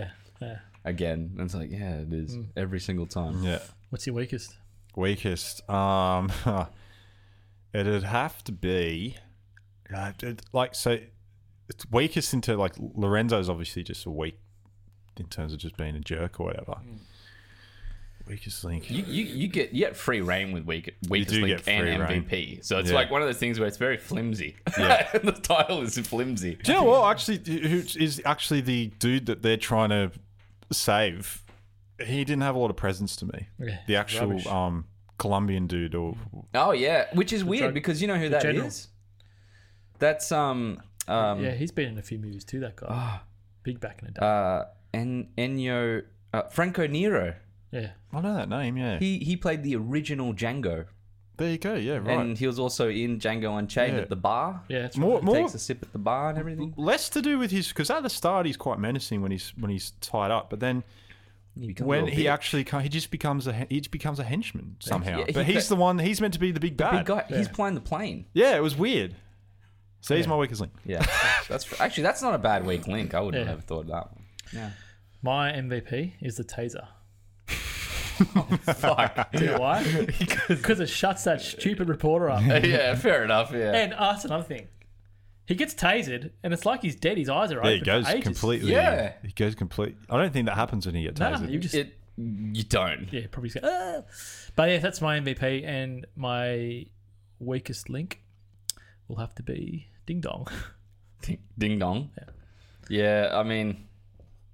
yeah, yeah.
Again, and it's like, yeah, it is every single time.
yeah.
What's your weakest?
Weakest. Um, it'd have to be uh, it- like so. it's weakest into like Lorenzo's obviously just a weak in terms of just being a jerk or whatever. Weakest link.
You, you, you get you get free reign with weak, weakest
do
link
get
and
free reign.
MVP. So it's
Yeah.
like one of those things where it's very flimsy.
Yeah.
the title is flimsy.
Do you know what? Actually, who is actually the dude that they're trying to save? He didn't have a lot of presence to me.
Yeah,
The actual
rubbish.
um, Colombian dude, or
Oh yeah, which is weird
drug-
because you know who that is.
general.
That's um um
yeah, he's been in a few movies too. That
Ah.
guy, big back in the day.
uh En- Ennio uh, Franco Nero.
yeah,
I know that name. Yeah,
He he played the original Django,
there you go. Yeah, right.
and he was also in Django Unchained
Yeah.
at the bar.
yeah, that's
more,
right.
more,
Takes a sip at the bar and everything.
less to do with his because at the start he's quite menacing when he's when he's tied up, but then
He becomes a
when
little
he
bit-
actually co- he just becomes a he- he just becomes a henchman somehow.
Yeah, he
but
got-
he's the one. He's meant to be the big bad.
big guy, he's
Yeah.
flying the plane.
Yeah, it was weird. So he's my weakest link.
Yeah, that's actually that's not a bad weak link. I would not
Yeah.
have thought of that one. Yeah.
My MVP is the taser.
Fuck.
Do you know why? Because it shuts that stupid reporter up.
yeah, fair enough. Yeah.
And that's another thing. He gets tasered, and it's like he's dead. His eyes are
There
open.
he goes
for ages.
completely.
Yeah.
he goes complete. I don't think that happens when he gets
Nah,
tasered.
you just
It you don't.
yeah, probably. Just go, "Ah." But yeah, that's my MVP, and my weakest link will have to be Ding Dong.
Ding, ding dong. Yeah. I mean,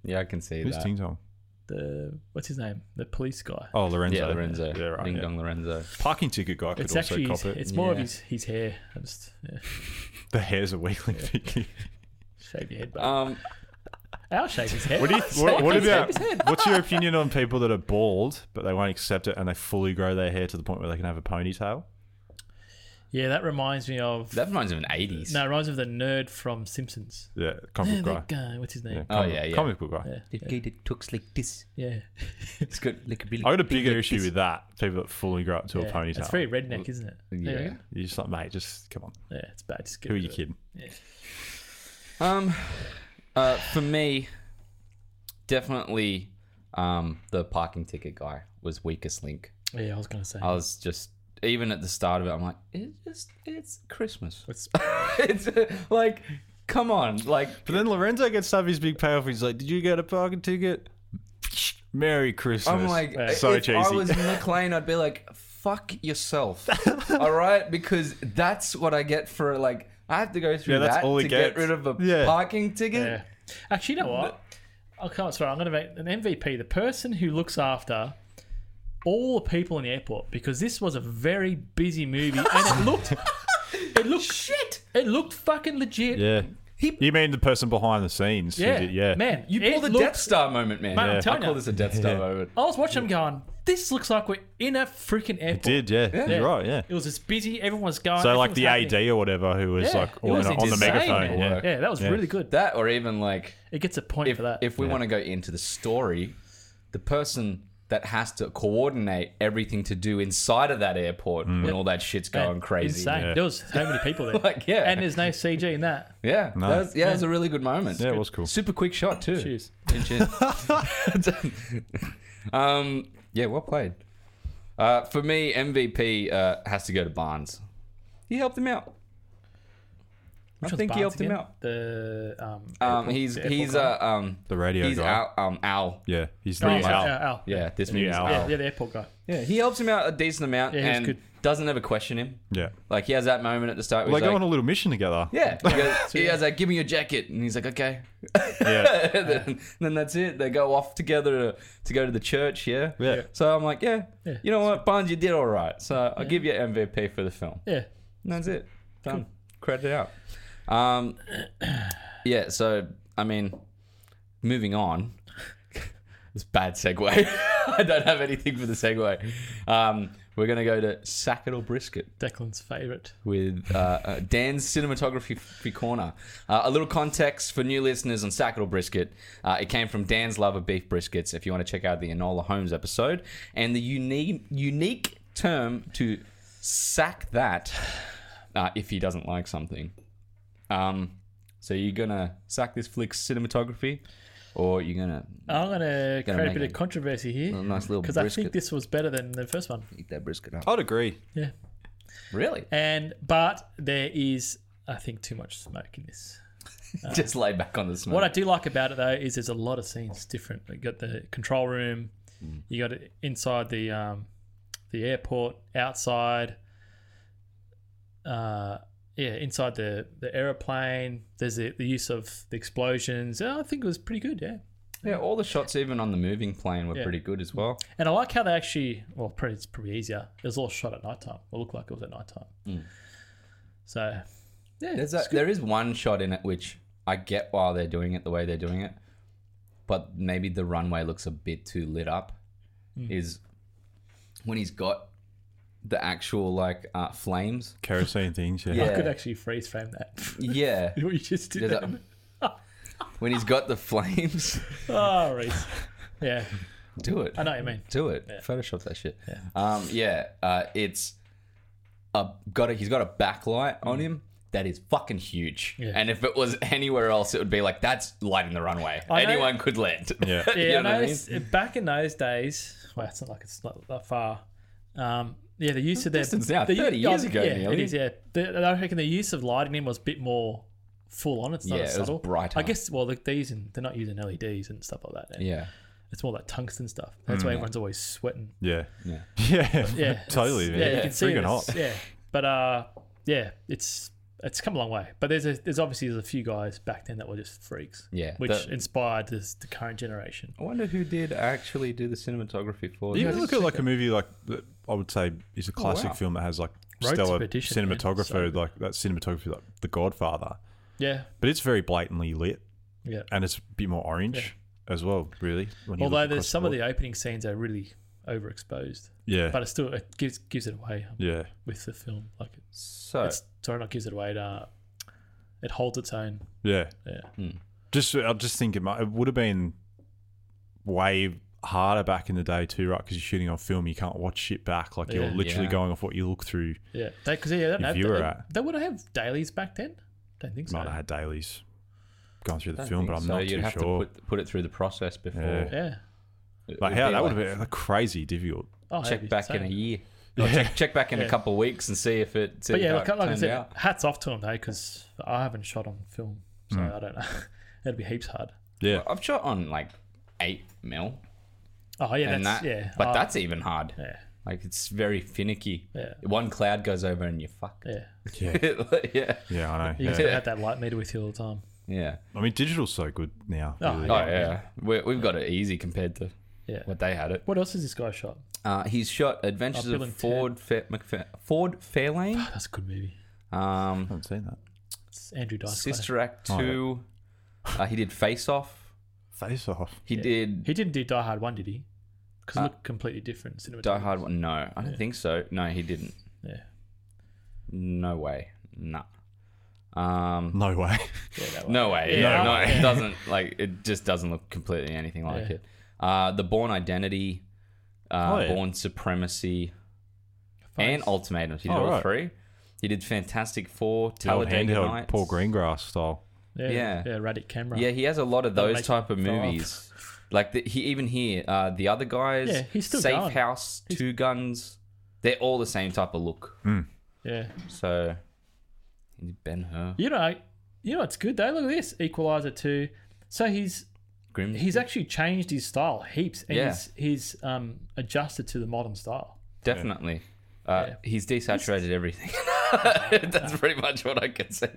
yeah, I can see
Who's
that.
Ting Tong?
The what's his name? The police guy.
Oh, Lorenzo.
yeah, Lorenzo.
Yeah, right.
ding
yeah.
dong, Lorenzo.
Parking ticket guy could
it's
also
actually his,
cop it.
it's more of
Yeah.
his his hair. I just yeah,
The hair's a weak link. Vicky.
shave your head, but
Um,
I'll shave his head.
What, do you, what, what about? What's your opinion on people that are bald but they won't accept it and they fully grow their hair to the point where they can have a ponytail?
yeah, that reminds me of
that reminds me of an eighties.
no, it reminds me of the nerd from Simpsons.
Yeah, comic book
That
guy.
guy, what's his
Yeah,
name?
Oh,
comic-
yeah, yeah.
comic book guy.
Yeah,
It,
yeah.
it looks like this.
yeah.
It's good. Like a really
I got a bigger
big
issue
this.
with that. People that fully grow up to
yeah.
a ponytail.
It's very redneck, isn't it?
Yeah.
yeah,
You're just like, mate, just come on.
Yeah, it's bad. Just get
Who are
rid
you
of it.
kidding?
Um, uh, for me, definitely, um, the parking ticket guy was weakest link.
Yeah, I was gonna say.
I was just even at the start of it, I'm like, it's just it's Christmas.
It's-
it's like, come on, like
But then Lorenzo gets to have his big payoff. He's like, "Did you get a parking ticket? Merry Christmas!"
I'm like,
Oh so
if
cheesy.
I was in McLean, I'd be like, fuck yourself, all right? Because that's what I get for like. I have to go through
Yeah, that's
that
all
to
he
get
gets.
rid of a
Yeah.
parking ticket.
yeah. Actually, you know what? I can't swear. I'm gonna make an MVP. The person who looks after all the people in the airport because this was a very busy movie and it looked, it looked shit. It looked fucking legit.
yeah.
He-
you mean the person behind the scenes? who
Yeah,
did- yeah.
man.
You
it
pull the
looked-
Death Star moment, man.
Mate, I'm
I
telling
call
you.
this a Death Star moment.
I was watching him going. This looks like we're in a freaking airport.
did yeah. You're right. Yeah.
It was just busy. Everyone was going.
So like
everything
the
was happening.
AD or whatever who was
Yeah,
like
it
on,
was
the- on the
insane,
megaphone.
man.
Yeah.
Yeah, that was
Yeah.
really good.
That, or even like,
It gets a point
if
for that.
if we want to go into the story, the person that has to coordinate everything to do inside of that airport
Mm.
when all that shit's
Man,
going crazy.
Insane.
Yeah.
There was so many people there.
Like, yeah.
And there's no CG in that.
Yeah, that was, yeah, it was a really good moment.
Yeah, it was cool.
Super quick shot too.
Cheers.
Chin, chin. um, yeah, well played. Uh, for me, MVP uh, has to go to Barnes. He helped him out. I
Which one's
think he
Barnes
helped him
again?
out.
The um,
Um, he's
airport
he's
guy?
uh, um
The radio
he's
guy.
Al, um Al.
Yeah. He's
oh,
the
yeah,
Al.
Al, Al.
Yeah, this
Yeah,
movie's
Al.
Al.
Yeah, yeah, the airport guy.
Yeah, he helps him out a decent amount
Yeah, he was
and
good.
doesn't ever question him.
Yeah.
Like he has that moment at the start. Where
Well,
he's
they go
like,
on a little mission together.
yeah, he, goes, he has like, give me your jacket, and he's like, okay.
Yeah.
and then, and then that's it. They go off together to, to go to the church. Yeah.
Yeah.
So I'm like, yeah,
Yeah.
you know what, Barnes, you did all right. So I'll give you MVP for the film.
Yeah.
And that's it. Done. Credit out. Um, yeah. So I mean, moving on. it's a bad segue. I don't have anything for the segue. Um, we're gonna go to Sacket or Brisket
Declan's favourite.
with uh, uh, Dan's cinematography f- corner. Uh, a little context for new listeners on Sackle Brisket. Uh, it came from Dan's love of beef briskets. If you want to check out the Enola Holmes episode and the unique unique term to sack that uh, if he doesn't like something. Um, so you're gonna sack this flick's cinematography, or you're gonna
I'm going to create
make
a bit
it.
of controversy here.
a nice little
Because
brisket.
I think this was better than the first one.
Eat that brisket up.
I'd agree.
Yeah.
Really?
And, but there is, I think, too much smoke in this.
just lay back on the snow.
What I do like about it though is there's a lot of scenes different. You got the control room, you got it inside the um, the airport, outside, uh, yeah, inside the the aeroplane. There's the, the use of the explosions. Oh, I think it was pretty good. Yeah,
yeah, all the shots even on the moving plane were
Yeah.
pretty good as well.
and I like how they actually. Well, probably it's probably easier. It was all shot at nighttime. It looked like it was at nighttime. So yeah,
There's a, there is one shot in it which I get why they're doing it the way they're doing it, but maybe the runway looks a bit too lit up. Is when he's got the actual like uh, flames.
Kerosene things, yeah.
Yeah.
I could actually freeze frame that.
Yeah.
what you just did.
There's
That.
a- when he's got the flames,
Oh, Reese. Yeah,
do it.
I know what you mean.
Do it. Photoshop that shit. Yeah. Um, yeah. Uh, it's a, got a, he's got a backlight on him that is fucking huge.
Yeah.
And if it was anywhere else, it would be like that's lighting the runway.
I know-
Anyone could land.
Yeah.
You
Yeah,
know
I know.
what I mean?
it's- Back in those days, well, it's not like it's not that far. Um, yeah, the use of their
Distance now,
the,
30 years
oh,
ago,
Yeah,
nearly.
it is. Yeah, the, I reckon the use of lighting in was a bit more full on. It's not
Yeah,
as
it was
subtle.
brighter.
I guess. Well, look, they're using they're not using LEDs and stuff like that. now.
Yeah. Mm.
it's more like tungsten stuff. That's why everyone's always sweating.
Yeah.
Yeah.
Yeah.
Yeah,
totally,
it's-
man.
Yeah, you
Yeah,
can see it.
friggin'
It's-
hot.
Yeah, but uh, yeah, it's it's come a long way. But there's a, there's obviously there's a few guys back then that were just freaks.
Yeah,
which
the-
inspired this, the current generation.
I wonder who did actually do the cinematography for
You
this.
can look at like a movie like that I would say is a classic
wow.
film that has like
Oh, Road
stellar
Expedition, man. So-
cinematographer, like that cinematography, like The Godfather.
Yeah,
But it's very blatantly lit
yeah.
and it's a bit more orange as well, really. when you
Although
look
there's
across
some of
board.
the opening scenes are really overexposed,
yeah,
but it still it gives gives it away um,
yeah,
with the film. Like it,
so
it's sorry, not gives it away. It, uh, it holds its own.
yeah.
Yeah,
Hmm.
Just I just think it might it would have been way harder back in the day too, right? Because you're shooting on film, you can't watch shit back. Like you're
Yeah.
literally
Yeah.
going off what you look through.
yeah. Because yeah, they don't
If
have
you were
they,
at-
they would have dailies back then. Don't think so.
Might have had dailies going through the
Don't
film, but
think
I'm
so.
not
You'd
too
have
sure.
to put, put it through the process before.
Yeah.
Yeah.
It
like
would
how
be
that
like,
would have been like, crazy difficult.
Oh,
Check
yeah,
back
so-
in a year. Or check, check back in a couple of weeks and see if it. see
But yeah,
how
like,
it
like I
turned
said,
out.
hats off to them though, because I haven't shot on film, so
Hmm.
I don't know. It'd be heaps hard.
Yeah,
I've shot on like eight mil,
Oh yeah,
and
that's
that,
yeah.
but
Oh,
that's even hard.
yeah,
Like it's very finicky.
Yeah.
One cloud goes over and you're fucked.
yeah.
yeah,
yeah.
yeah. I know.
You
Yeah.
just gotta have that light meter with you all the time.
Yeah.
I mean, digital's so good now.
Oh,
really.
Oh yeah. we We've got it easy compared to
Yeah.
what they had it.
What else has this guy shot?
Uh, he's shot Adventures
Oh,
of
Bill and
Ford Fa- McFa- Ford Fairlane,
That's a good movie.
um,
Oh,
I haven't seen that.
It's Andrew Dice. Clay.
Sister Act
Oh, yeah.
Two. Uh, he did Face Off.
Face off.
He did
He didn't do Die Hard one, did he? Because it looked completely different. Cinematography.
Uh, Die Hard One. No, I don't think so. No, he didn't.
Yeah,
No way. Nah. Um,
No way.
yeah, that one.
No way.
Yeah.
No, no,
Yeah.
it doesn't. Like it just doesn't look completely anything like
Yeah.
it. Uh, the Born Identity, uh,
Oh, yeah.
Born Supremacy, and Ultimatum. He did
Oh,
all
right.
three. He did Fantastic Four,
The old
Talladega
handheld
Nights.
Paul Greengrass style.
yeah,
yeah.
yeah, Radic camera.
Yeah, he has a lot of
That'll
those
make
type of
him throw up.
movies. Like the, he even here, uh, the other guys,
Yeah, he's still
Safe
going.
House, Two Guns, they're all the same type of look.
yeah.
So he did Ben Hur,
You know, you know, it's good though. Look at this, Equalizer two. So he's
Grim.
he's actually changed his style heaps and
Yeah.
he's, he's um, adjusted to the modern style.
Definitely. Uh,
Yeah.
He's desaturated everything. That's pretty much what I could say.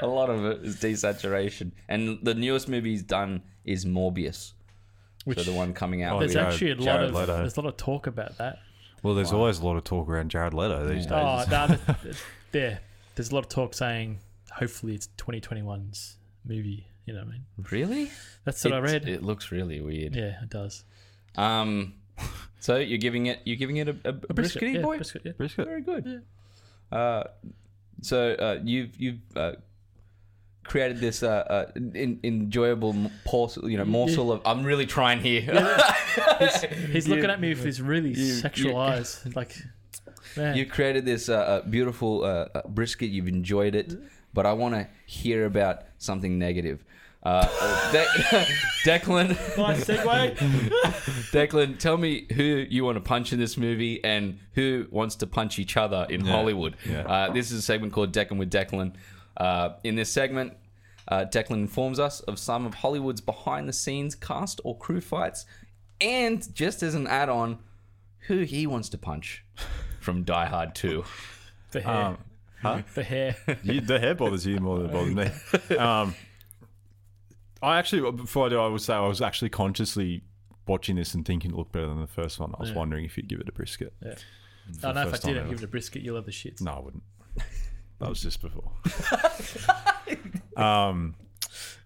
A lot of it is desaturation. And the newest movie he's done is Morbius.
Which
so the one coming out.
Oh,
there's
yeah,
actually a lot
Jared
of
Leto.
there's a lot of talk about that.
Well, there's always a lot of talk around Jared Leto these days.
Oh, no, but- yeah, there's a lot of talk saying hopefully it's 2021's movie. You know what I mean?
Really?
That's what I
It-
read.
It looks really weird.
yeah, it does.
Um, so you're giving it you're giving it a, a, a briskety
yeah,
boy.
brisket, yeah.
Brisket.
Very good. Uh, so uh, you've you've uh, created this uh, uh, in, enjoyable m- morsel, you know, morsel of. I'm really trying here.
He's looking at me with his really
you-
sexual
you-
eyes, like man.
You've created this uh, uh, beautiful uh, uh, brisket. You've enjoyed it, but I want to hear about something negative. Uh, uh, De- Declan,
nice segue.
Declan, tell me who you want to punch in this movie and who wants to punch each other in Hollywood.
yeah.
Uh, this is a segment called Declan with Declan. Uh, in this segment, Uh, Declan informs us of some of Hollywood's behind the scenes cast or crew fights, and just as an add on, who he wants to punch from Die Hard 2.
The hair.
Um, huh?
the hair.
you, the hair bothers you more than it bothers me. Um, I actually, before I do, I would say I was actually consciously watching this and thinking it looked better than the first one. I was wondering if you'd give it a brisket.
Yeah. I know if I
first time
didn't
ever.
give it a brisket, you'll have the shits.
No, I wouldn't. That was just before. um,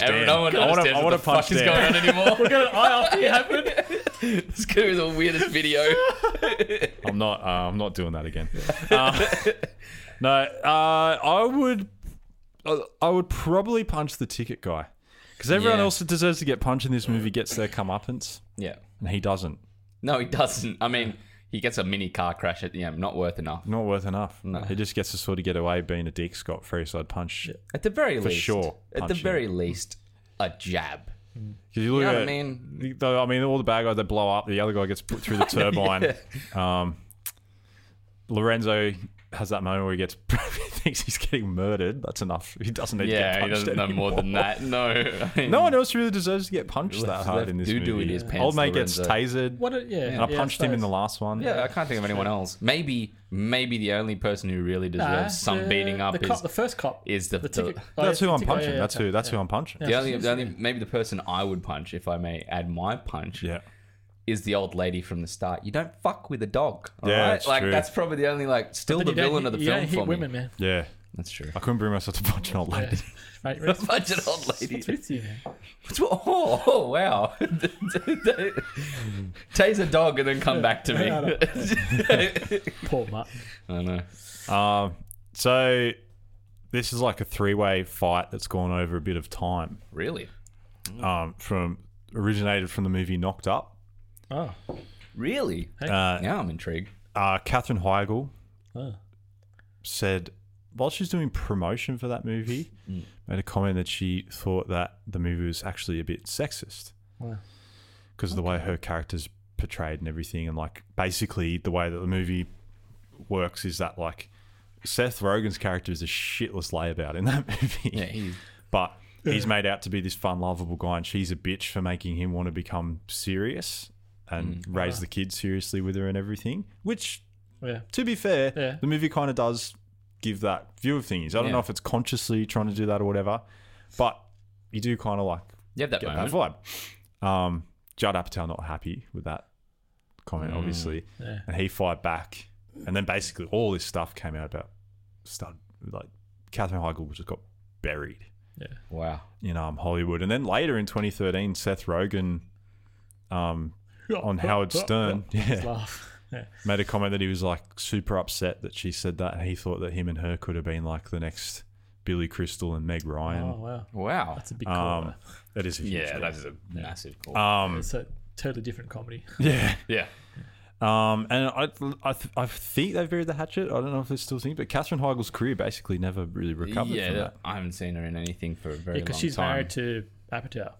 Everyone-
Dan.
No one
I
understands
wanna- I
what
wanna
the fuck
punch
is
Dan.
going on anymore.
We're going to eye off here, haven't we?
It's gonna be the weirdest video.
I'm not. Uh, I'm not doing that again. Uh, no, uh, I would. I I would probably punch the ticket guy because everyone
Yeah.
else that deserves to get punched in this movie gets their comeuppance,
Yeah.
and he doesn't.
No, he doesn't. I mean, he gets a mini car crash at the end. Not worth enough.
Not worth enough. He just gets to sort of get away being a dick scot free. So I'd punch
At the very least.
sure,
At the
punch him.
very least, a jab.
because you look
You know
at
what I mean?
the- the- I mean, all the bad guys they blow up. The other guy gets put through the turbine. um, Lorenzo has that moment where he gets he thinks he's getting murdered. That's enough. He doesn't need to get
Yeah, he
punched
doesn't know more
anymore.
than that. No.
No one else really deserves to get punched
Left-
that hard in this
left
movie.
doo-doo in his pants,
Old mate gets
Lorenzo.
tasered,
What? A, yeah.
and I punched him in the last one.
Yeah, I can't think of anyone else. Maybe, maybe the only person who really deserves some beating up
the
is
cop, the first cop.
is the- the-
ticket- oh,
that's
yeah,
who
the
I'm
ticket guy,
punching.
yeah,
that's
okay.
who. That's who I'm punching.
the only, the only, maybe the person I would punch, if I may add my punch,
Yeah.
is the old lady from the start. You don't fuck with a dog. all
Yeah,
right?
that's
like
true.
that's probably the only like still
But
the
you don't
villain of
hit-
the
you
film
don't hit
for
women,
me.
man.
Yeah.
That's true.
I couldn't bring myself to punch an old lady.
Yeah. Mate, what's-
Bunch of old ladies.
what's with you, man?
Oh, oh, wow. Tase a dog and then come back to me.
Poor mutt.
I know.
Um, so this is like a three-way fight that's gone over a bit of time.
Really?
Um, from originated from the movie Knocked Up.
Oh,
Really?
Uh,
Now I'm intrigued.
uh, Catherine Heigl
oh.
said while she's doing promotion for that movie,
Mm.
made a comment that she thought that the movie was actually a bit sexist
Wow.
because of the way her character's portrayed and everything, and like basically the way that the movie works is that like Seth Rogen's character is a shitless layabout in that movie,
Yeah, he's
but he's made out to be this fun, lovable guy, and she's a bitch for making him want to become serious and
Mm.
raise the kids seriously with her and everything, which
Yeah.
to be fair,
Yeah.
the movie kind of does give that view of things. I don't
Yeah.
know if it's consciously trying to do that or whatever, but you do kind of like
you have that
get
moment.
that vibe. Um, Judd Apatow not happy with that comment, obviously,
Yeah.
and he fired back, and then basically all this stuff came out about stud like Catherine Heigl just got buried
Wow.
in um, Hollywood, and then later in 2013, Seth Rogen um, on Howard Stern, yeah,
Laugh. Yeah.
made a comment that he was like super upset that she said that and he thought that him and her could have been like the next Billy Crystal and Meg
Oh,
Ryan.
wow.
Wow.
That's a big call.
um, that is a huge
yeah,
one.
that is a massive call.
um,
it's a totally different comedy.
yeah.
yeah.
Um, and I, I, th- I think they buried the hatchet. I don't know if they still think, but Catherine Heigl's career basically never really recovered
yeah,
from that.
I haven't seen her in anything for a very
Yeah, because
long
she's
time.
married to Apatow.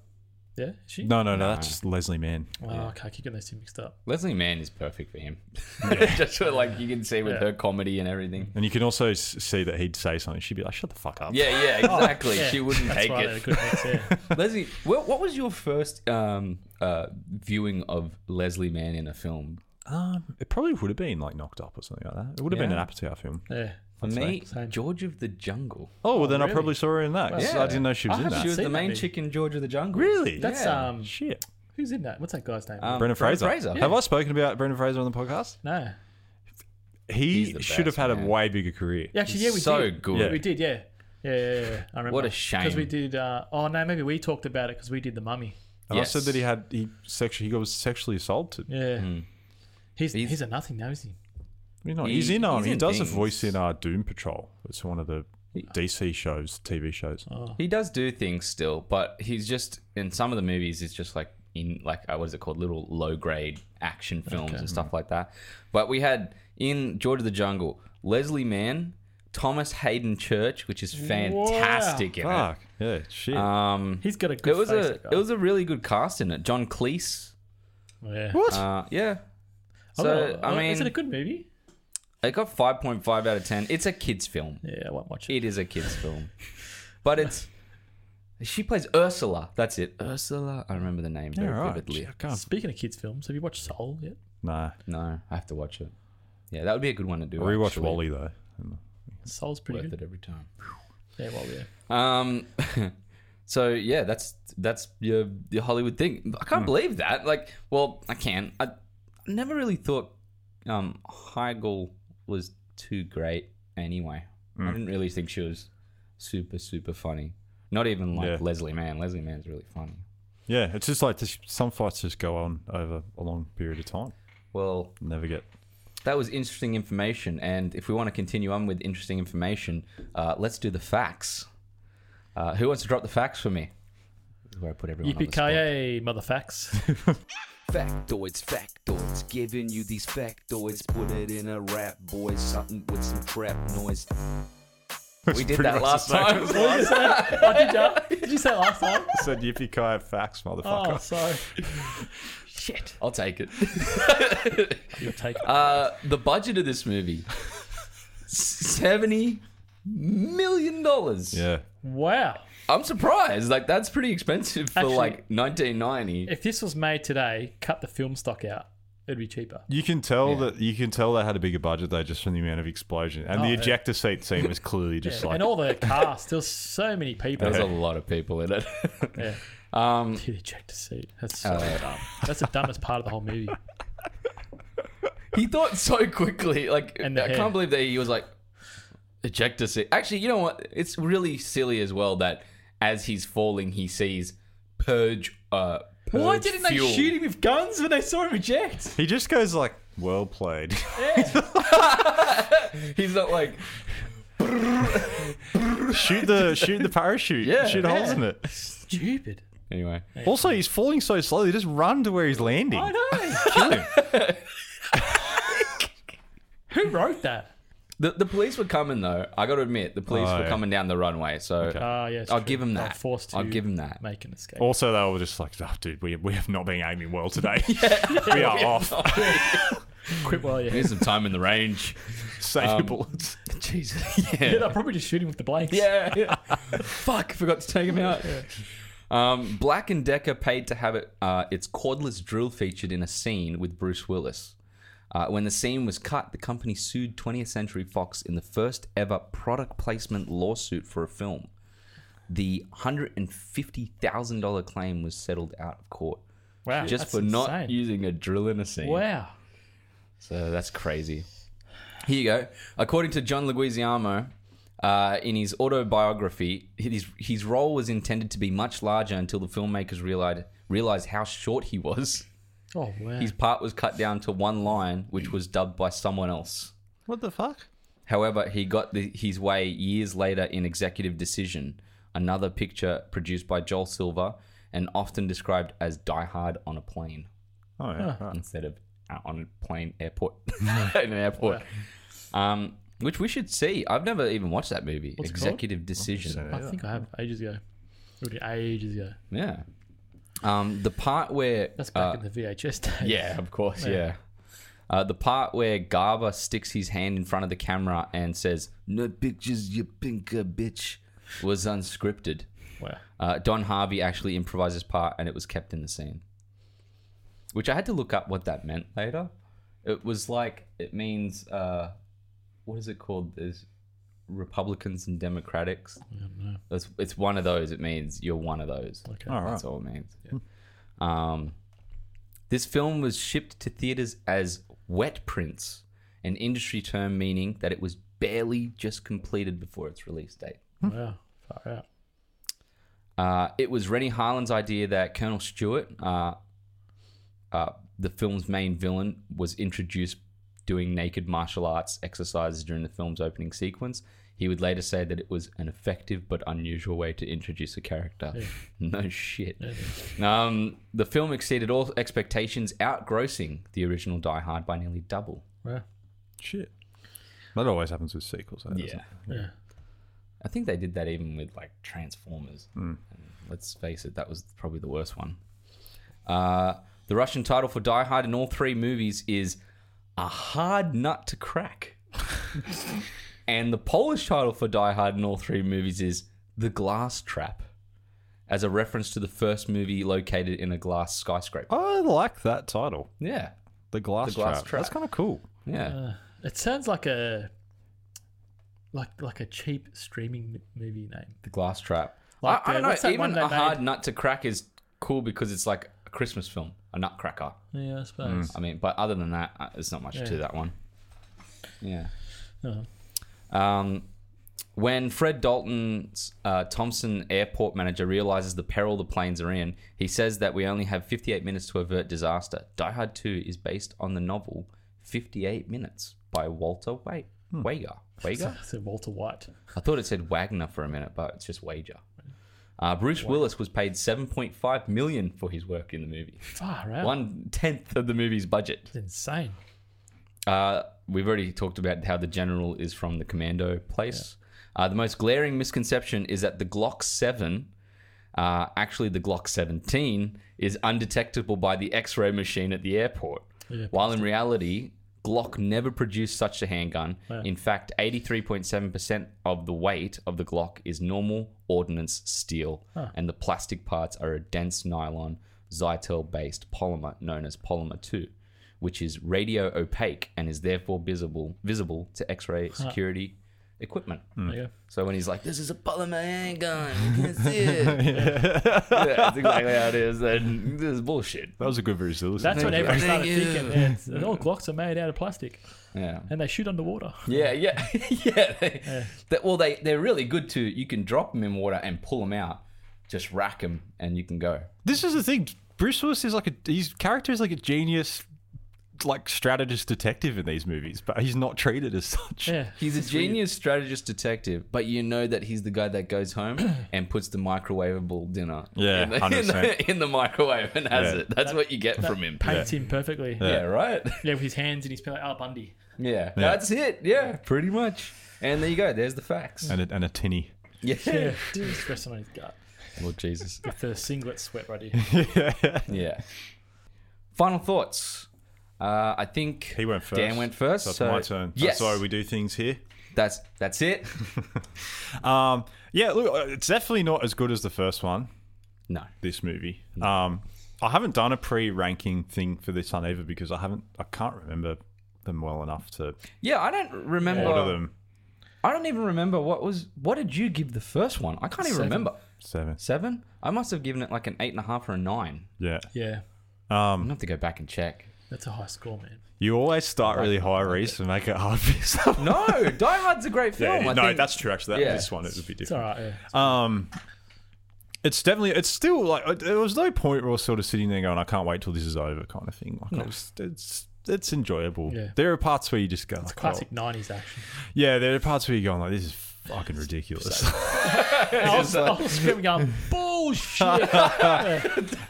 Yeah, is she.
No, no, no, that's just Leslie Mann.
Oh, okay, I keep getting those two mixed up.
Leslie Mann is perfect for him. Just for, like you can see with
Yeah.
her comedy and everything.
And you can also s- see that he'd say something. She'd be like, shut the fuck up.
Yeah, yeah, exactly.
Oh. Yeah,
She wouldn't
that's
take
why
it.
they're a good mix, yeah.
Leslie, what, what was your first um, uh, viewing of Leslie Mann in a film?
Um, it probably would have been like knocked up or something like that. It would have been
Yeah.
an Apatow film.
yeah.
For
I'd
me,
say. Same.
George of the Jungle.
Oh, well, then I
really?
probably saw her in that. 'cause
Yeah.
I didn't know she was
I
in
haven't
that.
She was
seen
the
that
main
movie.
chick in George of the Jungle.
Really?
That's
Yeah.
um,
Shit.
who's in that? What's that guy's name?
Um,
Brendan Fraser.
Fraser.
Have I spoken about Brendan Fraser on the podcast?
no,
He
He's the
should
best,
have had
man.
a way bigger career.
yeah, actually, yeah, we
so
did.
good.
Yeah.
We did, yeah. Yeah, yeah, yeah, yeah. I remember.
What a
Because we
shame.
did. Uh, oh no, maybe we talked about it because we did the Mummy.
And
Yes.
I said that he had he sexually he was sexually assaulted.
Yeah. He's,
Hmm. He's-
he's a nothing, now is he?
You know,
He-
he's in um
he's
he
in
does
things.
a voice in uh, Doom Patrol. It's one of the
He-
DC shows, TV shows.
Oh,
He does do things still, but he's just in some of the movies. He's just like in like uh, what is it called, little low grade action films and
mm-hmm.
stuff like that. But we had in George of the Jungle, Leslie Mann, Thomas Hayden Church, which is fantastic in
Fuck. Yeah, shit.
it. Um,
he's got a good.
it was
face,
a
that guy.
it was a really good cast in it. John Cleese,
Yeah.
what?
uh, yeah.
Oh,
So I
oh,
mean,
is it a good movie?
It got 5.5 out of 10. It's a kids film.
Yeah, I won't watch it.
It is a kids film. But it's she plays Ursula. That's it. Ursula. I remember the name very vividly.
I can't.
Speaking of kids' films, have you watched Soul yet?
Nah.
No, I have to watch it. Yeah, that would be a good one to do.
Rewatch
actually.
Wally though.
Soul's pretty
Worth
good.
it every time.
Yeah, well, yeah.
Um, so yeah, that's that's your your Hollywood thing. I
Hmm.
can't believe that. Like, well, I can. I never really thought um Heigl was too great. Anyway,
Hmm.
I didn't really think she was super super funny. Not even like
Yeah.
Leslie Mann. Leslie Mann's really funny.
Yeah, it's just like this, some fights just go on over a long period of time.
Well,
Never get.
that was interesting information, and if we want to continue on with interesting information, uh, let's do the facts. Uh, who wants to drop the facts for me? This is Where I put everyone. on the
Yippee
spot.
ki motherfucks.
Factoids, factoids, giving you these factoids. Put it in a rap, boys, something with some trap noise.
We did
pretty
that
much
last
the same
time.
What did you say? What Oh, did you, did you say last time?
said yippee ki facts,
Oh,
motherfucker.
sorry. Shit.
I'll take it.
You'll take it.
Uh, the budget of this movie seventy million dollars.
Yeah.
Wow.
I'm surprised. Like that's pretty expensive for
Actually-
like 1990.
If this was made today, cut the film stock out. It'd be cheaper.
You can tell that you can tell they had a bigger budget though, just from the amount of explosion and
Oh,
the
yeah.
ejector seat scene was clearly just like
and all the cast. There's so many people.
There's a lot of people in it.
Yeah.
um,
Dude, check to see. That's so
Uh,
dumb. That's the dumbest part of the whole movie.
he thought so quickly. Like
And the
I
hair.
can't believe that he was like ejector seat. Actually, you know what? It's really silly as well that as he's falling, he sees purge. Uh, purge fuel.
him with guns when they saw him eject?
he just goes like well played.
He's not like
shoot the shoot the parachute.
Yeah.
shoot holes in it.
Stupid.
anyway.
Also, he's falling so slowly. Just run to where he's landing.
know.
Kill him.
Who wrote that?
The, the police were coming though. I got to admit, the police
Oh,
were
yeah.
coming down the runway. So
Ah, yeah. it's
I'll
true.
give him
They're
that.
Forced to
I'll give him that.
make an escape.
Also, they were just like, oh, dude, we, we have not been aiming well today. we are off.
Um, Quit while you're
Here's some time in the range.
Save your bullets.
Jesus.
Yeah,
Yeah.
they'll probably just shoot him with the blanks.
yeah. Fuck. Forgot to take him out. Um, Black and Decker paid to have it uh, its cordless drill featured in a scene with Bruce Willis. Uh, when the scene was cut, the company sued 20th Century Fox in the first ever product placement lawsuit for a film. The $150,000 claim was settled out of court.
Wow.
just
that's
for not
insane.
using a drill in a scene.
Wow.
So that's crazy. Here you go. According to John Leguizamo, uh, in his autobiography, his, his role was intended to be much larger until the filmmakers realized realized how short he was.
Oh, wow.
His part was cut down to one line, which was dubbed by someone else.
What the fuck?
However, he got the, his way years later in Executive Decision, another picture produced by Joel Silver and often described as Die Hard on a plane
Oh, yeah. right.
instead of out on a plane airport in an airport. Um, which we should see. I've never even watched that movie.
What's it called?
Executive Decision.
I think I have ages ago. It would be ages ago.
Yeah. Um, the part where
That's
uh,
back in the VHS days.
yeah, of course, yeah. Uh, the part where Garber sticks his hand in front of the camera and says "No pictures, you pinker bitch," was unscripted.
Wow.
Uh, Don Harvey actually improvised his part, and it was kept in the scene. Which I had to look up what that meant later. It was like it means uh, what is it called? There's Republicans and Democrats. It's, it's one of those. It means you're one of those.
Okay.
All right.
That's all it means. Um, this film was shipped to theaters as wet prints, an industry term meaning that it was barely just completed before its release date.
Wow. Far out.
Uh, it was Rennie Harlan's idea that Colonel Stewart, uh, uh, the film's main villain, was introduced doing naked martial arts exercises during the film's opening sequence. He would later say that it was an effective but unusual way to introduce a character. No shit. Um, the film exceeded all expectations, outgrossing the original Die Hard by nearly double.
Wow.
Shit. That always happens with sequels. Though, doesn't it?
Yeah.
I think they did that even with like Transformers.
Hmm.
And let's face it, that was probably the worst one. Uh, the Russian title for Die Hard in all three movies is a hard nut to crack. and the Polish title for Die Hard in all three movies is The Glass Trap, as a reference to the first movie located in a glass
Oh.
skyscraper.
I like that title,
Yeah.
the glass,
The Glass
trap.
Trap.
That's kind of cool.
Yeah.
Uh, It sounds like a like like a cheap streaming m- movie name.
The Glass Trap.
Like
I, I
the-
don't know.
what's that
Even
one
a
they
hard
made?
nut to crack is cool because it's like a Christmas film, a nutcracker.
Yeah, I suppose.
I mean, but other than that, uh, there's not much to
Yeah.
that one. Yeah.
Uh-huh.
Um, when Fred Dalton's uh, Thompson airport manager realizes the peril the planes are in, he says that we only have 58 minutes to avert disaster. Die Hard 2 is based on the novel 58 Minutes by Walter Wa- Wager. Wager?
So Walter White.
I thought it said Wagner for a minute, but it's just Wager. Uh, Bruce Willis was paid 7.5 million for his work in the movie,
Far out.
one tenth of the movie's budget.
It's insane.
Uh, we've already talked about how the general is from the commando place. Uh, the most glaring misconception is that the Glock 7, uh, actually the Glock 17, is undetectable by the X ray machine at the airport.
Yeah,
While in reality, Glock never produced such a handgun.
Yeah.
In fact, 83.7% of the weight of the Glock is normal ordnance steel, and the plastic parts are a dense nylon Zytel based polymer known as polymer 2, which is radio opaque and is therefore visible visible to X ray security equipment.
There you go.
So when he's like, "This is a polymer handgun, you can see it," yeah. that's exactly how it is. And this is bullshit.
That was a good Bruce
That's what
you.
everyone started
Thank you.
thinking. Yeah, it's- and all Glocks are made out of plastic,
Yeah.
and they shoot underwater.
Yeah, yeah, yeah. They, that- well, they they're really good to. You can drop them in water and pull them out. Just rack them, and you can go.
This is the thing. Bruce Willis is like a his character is like a genius, like strategist detective in these movies, but he's not treated as such.
Yeah,
He's a genius strategist detective, but you know that he's the guy that goes home and puts the microwavable dinner
Yeah,
in, the, in,
100%.
the, in the microwave and has
Yeah.
it. That's what you get from him.
paints him perfectly. Yeah.
Yeah, right.
with his hands and his like Al Bundy.
Yeah, that's it. Yeah, pretty much. And there you go. There's the facts.
And a, and a tinny.
Yeah.
Yeah, just resting on his gut.
Lord Jesus.
The singlet sweat right here.
Yeah. Final thoughts. Uh, I think
He went first.
Dan went first.
So it's
so-
my turn.
Yes.
That's why we do things here.
That's that's it.
Um, yeah, look, uh, it's definitely not as good as the first one.
No.
This movie.
Mm.
Um, I haven't done a pre-ranking thing for this one either because I haven't. I can't remember them well enough to
Yeah, I don't remember.
order them.
I don't even remember what was. What did you give the first one? I can't even
Seven.
remember.
Seven.
Seven? I must have given it like an eight and a half or a nine.
Yeah. Um,
Yeah,
I'm gonna have to go back and check.
that's a high score, man.
You always start really high, Reese, and make it hard for yourself.
No, Die Hard's a great film. I
no,
think.
that's true. Actually, that,
Yeah.
this one it would be
It's
different.
all right. Yeah.
Um, it's definitely it's still like uh, there was no point where I was sort of sitting there going, I can't wait till this is over, kind of thing. Like I was, it's it's enjoyable.
Yeah.
There are parts where you just go, like,
Classic '90s action.
"Oh." yeah. There are parts where you're going like, this is fucking ridiculous.
I was, I was screaming, going, "Bullshit!"
I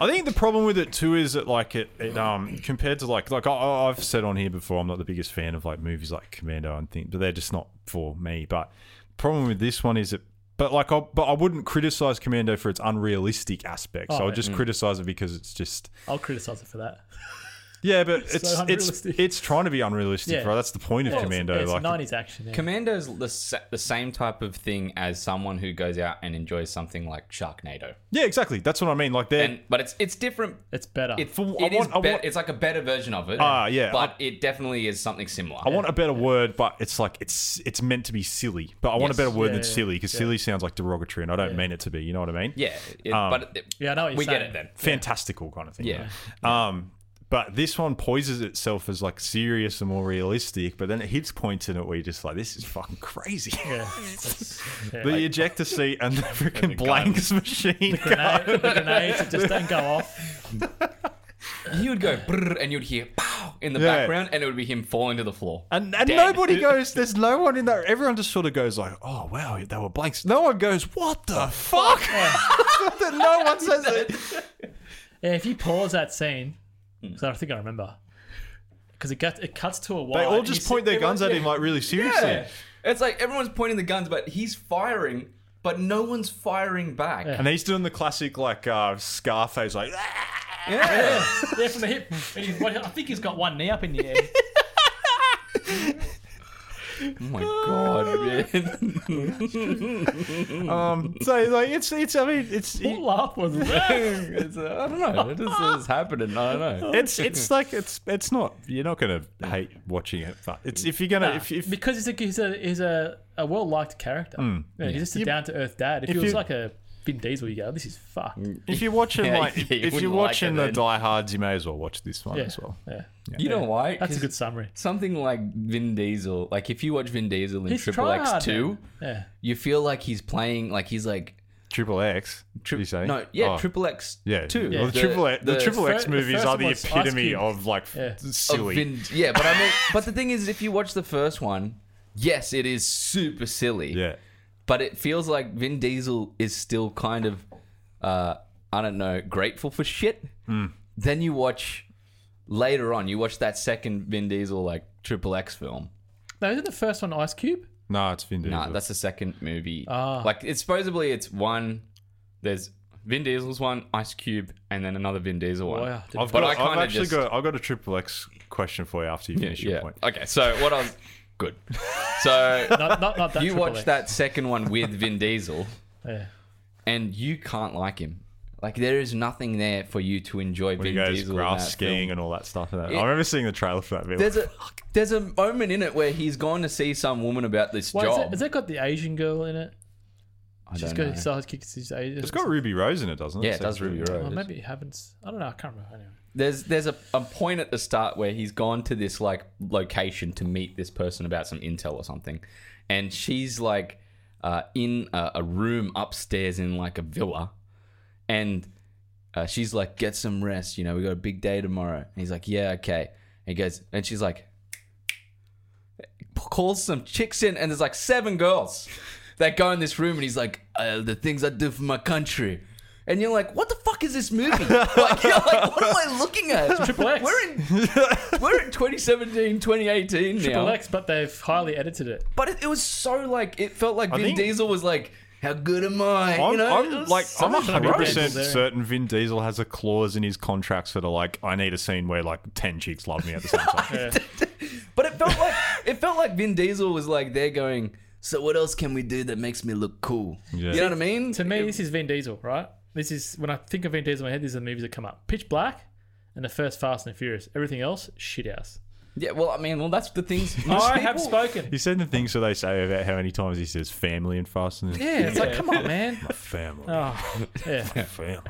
think the problem with it too is that like it, it um compared to like like I- I, I've said on here before, I'm not the biggest fan of like movies like Commando and things, but they're just not for me. But problem with this one is it. But like, I, but I wouldn't criticize Commando for its unrealistic aspects.
Oh,
I'll just criticize it because it's just
I'll criticize it for that.
Yeah, but it's it's, it's
unrealistic.
trying to be unrealistic,
Yeah.
right? That's the point of
Yeah, it's-
Commando.
it's,
like,
'90s action. Yeah.
Commando's the sa- the same type of thing as someone who goes out and enjoys something like Sharknado,
yeah, exactly. That's what I mean. Like, they're
and but it's it's different.
It's better.
It,
For- I
it is
want- I
be-
want-
it's like a better version of it.
Ah, yeah,
But
I-
it definitely is something similar.
I want a better word, but it's like it's it's meant to be silly. But I want
Yes.
a better word
Yeah,
than
yeah,
silly because silly sounds like derogatory, and I don't mean it to be. You know what I mean?
yeah, it,
Um,
but it,
Yeah, I know what you're
we get
saying.
it then.
fantastical kind of thing.
Yeah.
right? Um, but this one poises itself as like serious and more realistic, but then it hits points in it where you're just like, this is fucking crazy.
yeah. It's- yeah.
the ejector seat and the freaking
the gun.
blanks machine. gun.
Grenade- the grenades that just don't go off.
He would go brrr, and you'd hear pow in the
Yeah.
background, and it would be him falling to the floor.
And, and
Dead.
nobody goes. There's no one in there. Everyone just sort of goes like, "Oh wow, they were blanks." No one goes, "What the fuck?" That no one says it.
Yeah, if you pause that scene, because I think I remember, because it gets it cuts to a wide.
They all
and you
just
see-
point their guns at
yeah.
him like really seriously.
Yeah. It's like everyone's pointing the guns, but he's firing, but no one's firing back.
Yeah.
And he's doing the classic like uh, Scarface, like
Yeah.
yeah, from the hip. And he's, I think he's got one knee up in the air.
Oh my god, man. Hmm.
Um, so like it's it's I mean it's
What laugh was that?
it's, uh, I don't know. It just is happening. I don't know.
it's it's like it's it's not you're not gonna hate watching it, but it's if you're gonna
Nah,
if, if Hmm,
because he's a he's a he's a, a well liked character. Yeah, He's just a down to earth dad. If, he
if
was
you- Mm,
like a Vin Diesel, you go, this is fucked.
if you're watching
Yeah,
like
yeah,
if,
you
if you're
wouldn't like
watching
it
the
then.
diehards, you may as well watch this one
Yeah,
as well.
yeah.
You know why?
That's a
'Cause
good summary.
Something like Vin Diesel. Like if you watch Vin Diesel in
He's
Triple X
tryhard,
Two,
man.
you feel like he's playing. Like he's like.
Triple X, did you say?
No, yeah,
Oh,
Triple X.
yeah,
two.
Well, the, Triple X, the, Triple X
fir- the
movies
first
are the
one was Ice
epitome
Cube.
of like
Yeah.
of
silly.
Vin- yeah, but I mean, but the thing is, if you watch the first one, yes, it is super silly.
yeah,
but it feels like Vin Diesel is still kind of, uh, I don't know, grateful for shit.
Hmm.
Then you watch later on, you watch that second Vin Diesel like Triple X film.
No, isn't the first one Ice Cube?
no, it's Vin Diesel.
Nah, that's the second movie.
Ah.
Like it's supposedly it's one. There's Vin Diesel's one, Ice Cube, and then another Vin Diesel one.
Wow, didn't-
I've
but
got,
I
I've
kinda
actually
just-
got I've got a Triple X question for you after you finish your point.
Okay, so what I was good. So
Not, not, not that
you
Triple
watch
X.
that second one with Vin Diesel,
Yeah.
and you can't like him. Like there is nothing there for you to enjoy
When
Vin
he goes
Diesel in that
grass skiing
film.
and all that stuff. in that.
Yeah.
I remember seeing the trailer for that video.
There's a there's a moment in it where he's gone to see some woman about this
Why is
job.
that, has that got the Asian girl in it?
I
She's
don't
got
know.
side kicks. She's Asian.
It's got Ruby Rose in it, doesn't it?
Yeah, it does Ruby
Well,
Rose.
maybe it happens. I don't know. I can't remember. Anyway.
There's there's a, a point at the start where he's gone to this like location to meet this person about some intel or something, and she's like uh, in a, a room upstairs in like a villa, and uh, she's like, "Get some rest, you know, we got a big day tomorrow." And he's like, "Yeah, okay." And he goes, and she's like, calls some chicks in, and there's like seven girls that go in this room, and he's like, uh, "The things I do for my country." And you're like, what the fuck is this movie? like, you're like, what am I looking at?
Triple X.
We're in, we're in 2017, 2018
Triple
now.
X, but they've highly edited it.
But it, it was so like, it felt like Vin
think-
Diesel was like, how good am I?
I'm,
you know, it
I'm
was
like
so
I'm
much
hundred percent
gross.
there.
certain Vin Diesel has a clause in his contracts that are like, I need a scene where like ten chicks love me at the same time.
But it felt like it felt like Vin Diesel was like there going. So what else can we do that makes me look cool?
Yeah.
You know what I mean?
To me, this is Vin Diesel, right? This is when I think of Vin Diesel in my head. These are the movies that come up: Pitch Black, and the first Fast and Furious. Everything else, shit house.
Yeah. Well, I mean, well, that's the things.
I have
people-
spoken.
He said the things that they say about how many times he says family and fast and
Yeah, it's like, come on, man.
family,
Oh, yeah.
family.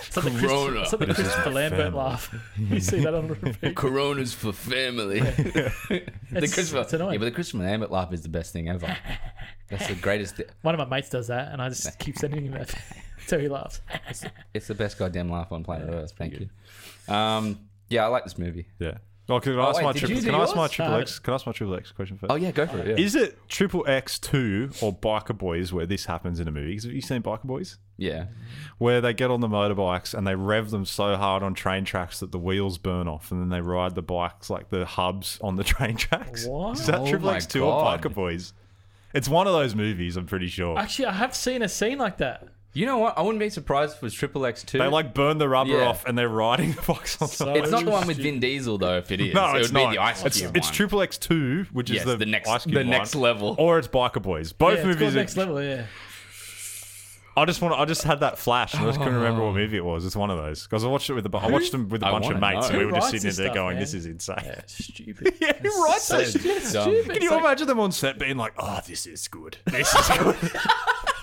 It's like the
Corona.
Corona. It's like the Christopher Lambert
family.
laugh. You see that on repeat.
Coronas for family. the Christopher,
it's annoying.
yeah, but the Christopher Lambert laugh is the best thing ever. That's the greatest. thi-
One of my mates does that, and I just keep sending him that. So he laughs.
It's the best goddamn laugh on planet Earth. Thank you. Um, yeah, I like this movie.
Yeah. Oh, can I
Oh,
ask
wait,
my
did
triple?
you do
Can I ask my
yours?
triple
No.
X? Can I ask my triple X question first?
Oh yeah, go for it. Yeah.
Is it Triple X Two or Biker Boys where this happens in a movie? 'Cause Have you seen Biker Boys?
yeah.
Where they get on the motorbikes and they rev them so hard on train tracks that the wheels burn off, and then they ride the bikes like the hubs on the train tracks.
What?
Is that
Oh
Triple
my
X Two or
God.
Biker Boys? It's one of those movies, I'm pretty sure.
Actually, I have seen a scene like that.
You know what? I wouldn't be surprised if it was Triple X two.
they like burn the rubber
Yeah.
off and they're riding the bikes on top.
It's not the one with Vin Diesel though. If it is,
No,
it
it's
would
not.
be the Ice
it's,
Cube
it's
one.
Triple X Two, which
Yes,
is the,
the next-
Ice Cube
the
one.
next level.
or it's Biker Boys. Both
Yeah, it's
movies.
called
are-
next level. Yeah.
I just want. I just had that flash. And I just couldn't remember what movie it was. It's one of those because I watched it with the. I watched them with a
I
bunch of
wanna know.
mates, and we
Who
were
writes
just sitting in
this
there
stuff,
going,
man?
"This is insane."
yeah it's stupid.
Yeah, who writes
so
that shit?
dumb.
stupid.
Can you
It's like-
imagine them on set being like, "Oh, this is good. This is good.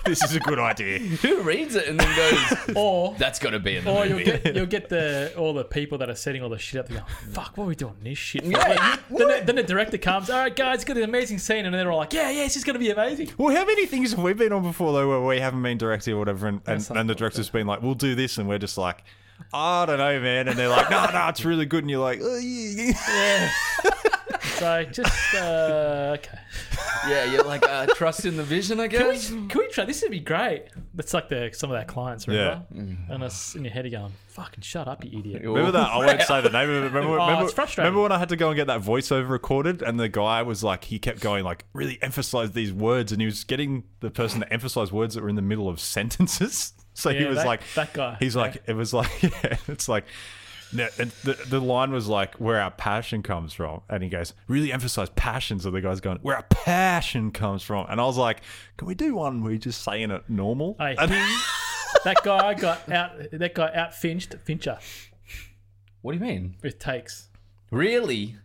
this is a good idea."
Who reads it and then goes,
Or
"That's got to be in the
Or
movie."
you'll get you'll get the all the people that are setting all the shit up. They go, "Fuck, what are we doing this shit?" For?
Yeah,
Like, then, the, then the director comes, "All right, guys, got an amazing scene," and they're all like, "Yeah, yeah, it's just gonna be amazing."
Well, how many things have we been on before though, where we haven't been directed or whatever, and, and,
something
and the
like
director's been like, "We'll do this," and we're just like, "I don't know, man," and they're like, "No, no, it's really good," and you're like, "Oh, yeah, yeah."
So just uh, okay.
yeah, you're like uh, trust in the vision, I
Can we,
guess.
can we try? This would be great. That's like the some of our clients, remember?
Yeah.
And us in your head are going, "Fucking shut up, you idiot."
Remember that? I won't say the name of it. Remember,
Oh,
remember,
it's frustrating.
remember when I had to go and get that voiceover recorded, and the guy was like, he kept going like, really emphasize these words, and he was getting the person to emphasize words that were in the middle of sentences. So he
Yeah,
was
that-
like,
that guy.
He's like, it was like, yeah, it's like. No, and the, the line was like, where our passion comes from. And he goes, really emphasize passion. So the guy's going, where our passion comes from. And I was like, can we do one where you're just saying it normal?
Hey.
And-
That guy got out. That guy out finched Fincher
What do you mean?
with takes.
Really?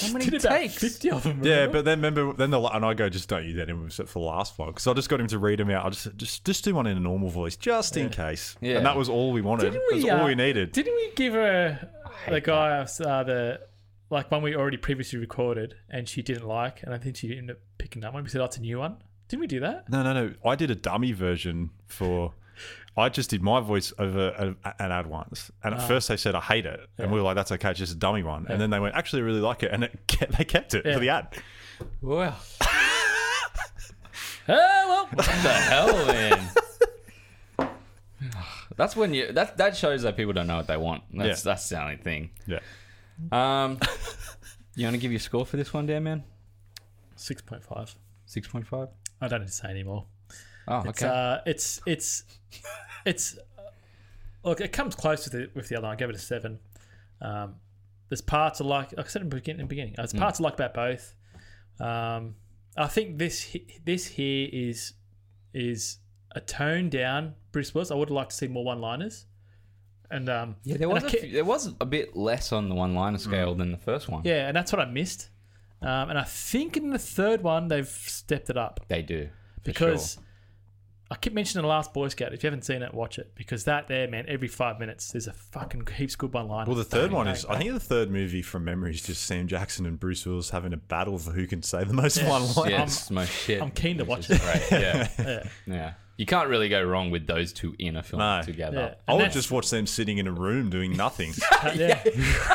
How many
Did about
takes?
fifty of them.
yeah, but then remember, then the la- and I go, just don't use that anymore except for the last one. Because I just got him to read them out. I just, just, just do one in a normal voice, just in case.
Yeah.
And that was all we wanted.
Didn't
That's
we,
all
uh,
we needed.
Didn't we give her the guy uh, the like one we already previously recorded and she didn't like, and I think she ended up picking that one. We said that's a new one. Didn't we do that?
No, no, no. I did a dummy version for. I just did my voice over a, an ad once, and at
Ah.
first they said I hate it, and we were like, "That's okay, it's just a dummy one." And then they went, "Actually, I really like it," and it kept, they kept it
Yeah.
for the ad.
Well,
Oh well.
what the hell, man? That's when you that that shows that people don't know what they want. That's
Yeah.
that's the only thing.
Yeah,
Um, you want to give your score for this one, Dan Man?
Six point five.
Six point five.
I don't need to say anymore.
Oh, okay.
It's uh, it's it's it's uh, look. It comes close with the with the other one. I gave it a seven. Um, there's parts I like. like I said in the beginning. In the beginning
Hmm.
there's parts I like about both. Um, I think this he- this here is is a toned down Bruce Willis. I would like to see more one liners. And um,
yeah, there
and I
was a
ca-
few, there was a bit less on the one-liner
Mm.
scale than the first one.
yeah, and that's what I missed. Um, and I think in the third one they've stepped it up.
they do for
because
sure.
I keep mentioning the last Boy Scout. If you haven't seen it, watch it because that there, man, every five minutes there's a fucking heaps good one line.
Well, the third one is. I think the third movie from memory is just Sam Jackson and Bruce Willis having a battle for who can say the most one line.
yeah, it's my shit.
I'm keen to watch
It's
it.
great. Yeah,
Yeah,
yeah. You can't really go wrong with those two in a film
No.
together.
Yeah.
I would
that's-
just watch them sitting in a room doing nothing,
But yeah.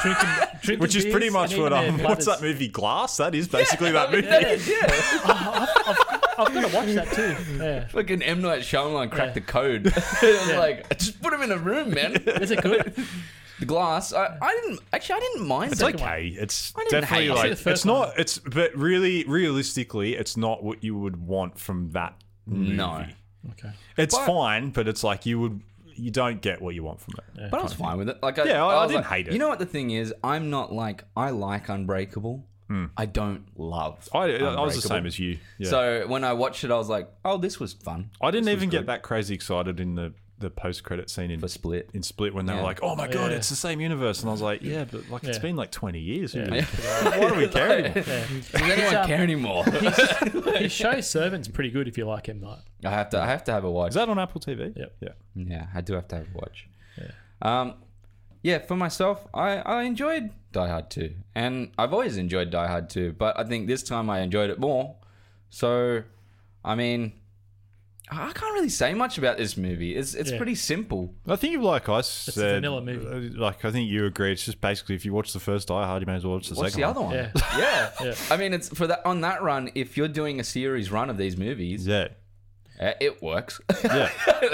drinking, drinking
which is pretty
beers
much
and
what
eating
I'm.
their
What's that
bladders.
movie? Glass. That is basically that movie.
I've got to watch that too. Yeah.
Fucking M Night Shyamalan cracked
Yeah.
the code. it was like, just put him in a room, man.
Is it good?
the glass. I, I didn't actually. I didn't mind.
It's
that.
okay. It's
I didn't
definitely
hate it.
I see
like
the
it's
first one.
not. It's but really, realistically, it's not what you would want from that movie.
No.
Okay.
it's
Mm. But-
fine, but it's like you would. You don't get what you want from it.
But I was fine with it. Like, I,
Yeah, I- I
was
didn't
like-
hate it.
You know what the thing is? I'm not like I like Unbreakable. I don't love.
Hmm. I, I was the
Unbreakable.
same as you. Yeah.
So when I watched it, I was like, "Oh, this was fun."
I didn't
This was
even
good
get that crazy excited in the the post credit scene in
for Split.
in Split when they
Yeah.
were like, "Oh my god,
Yeah.
it's the same universe," and I was like, "Yeah, but like it's
Yeah.
been like twenty years. Who-
Yeah.
Why do we care anymore?"
Does anyone
um,
care anymore?
His show Servant's pretty good if you like him, Night.
I have to. I have to have a watch.
Is that on Apple TV?
Yep.
Yeah.
Yeah, I do have to have a watch. Yeah. Um, yeah, for myself, I, I enjoyed Die Hard 2. And I've always enjoyed Die Hard 2, but I think this time I enjoyed it more. So, I mean, I I can't really say much about this movie. It's, it's
Yeah.
pretty simple.
I think, like I said,
vanilla movie.
uh, Like I think you agree. It's just basically if you watch the first Die Hard, you may as well watch the
What's
second.
the other one?
Yeah.
Yeah.
Yeah.
I mean, it's for that on that run. If you're doing a series run of these movies,
Yeah.
uh, it works.
Yeah.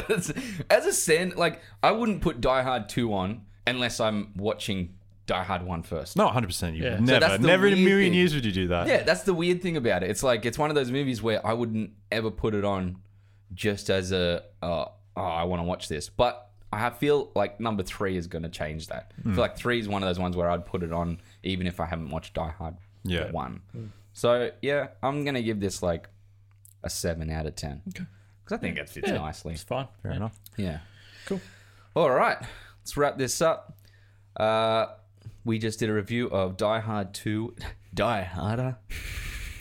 As- As a stand, like I wouldn't put Die Hard two on unless I'm watching Die Hard one first.
No, 100%. You
Yeah.
would
So
never,
that's the
never in a
weird
million
thing.
years would you do that.
Yeah, that's the weird thing about it. It's like it's one of those movies where I wouldn't ever put it on just as a uh, oh I want to watch this, but I feel like number three is going to change that. I feel like three is one of those ones where I'd put it on even if I haven't watched Die Hard
Yeah.
one. So yeah, I'm gonna give this like a seven out of ten because I think it fits
Yeah.
nicely.
It's fine.
Fair
Yeah.
enough.
Yeah.
Cool.
All right, let's wrap this up. Uh, we just did a review of Die Hard 2, Die Harder.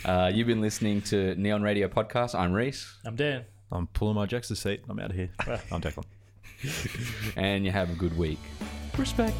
Uh, you've been listening to Neon Radio Podcast. I'm Reese,
I'm Dan.
I'm pulling my Jackson seat. I'm out of here. I'm Declan.
and you have a good week.
Respect.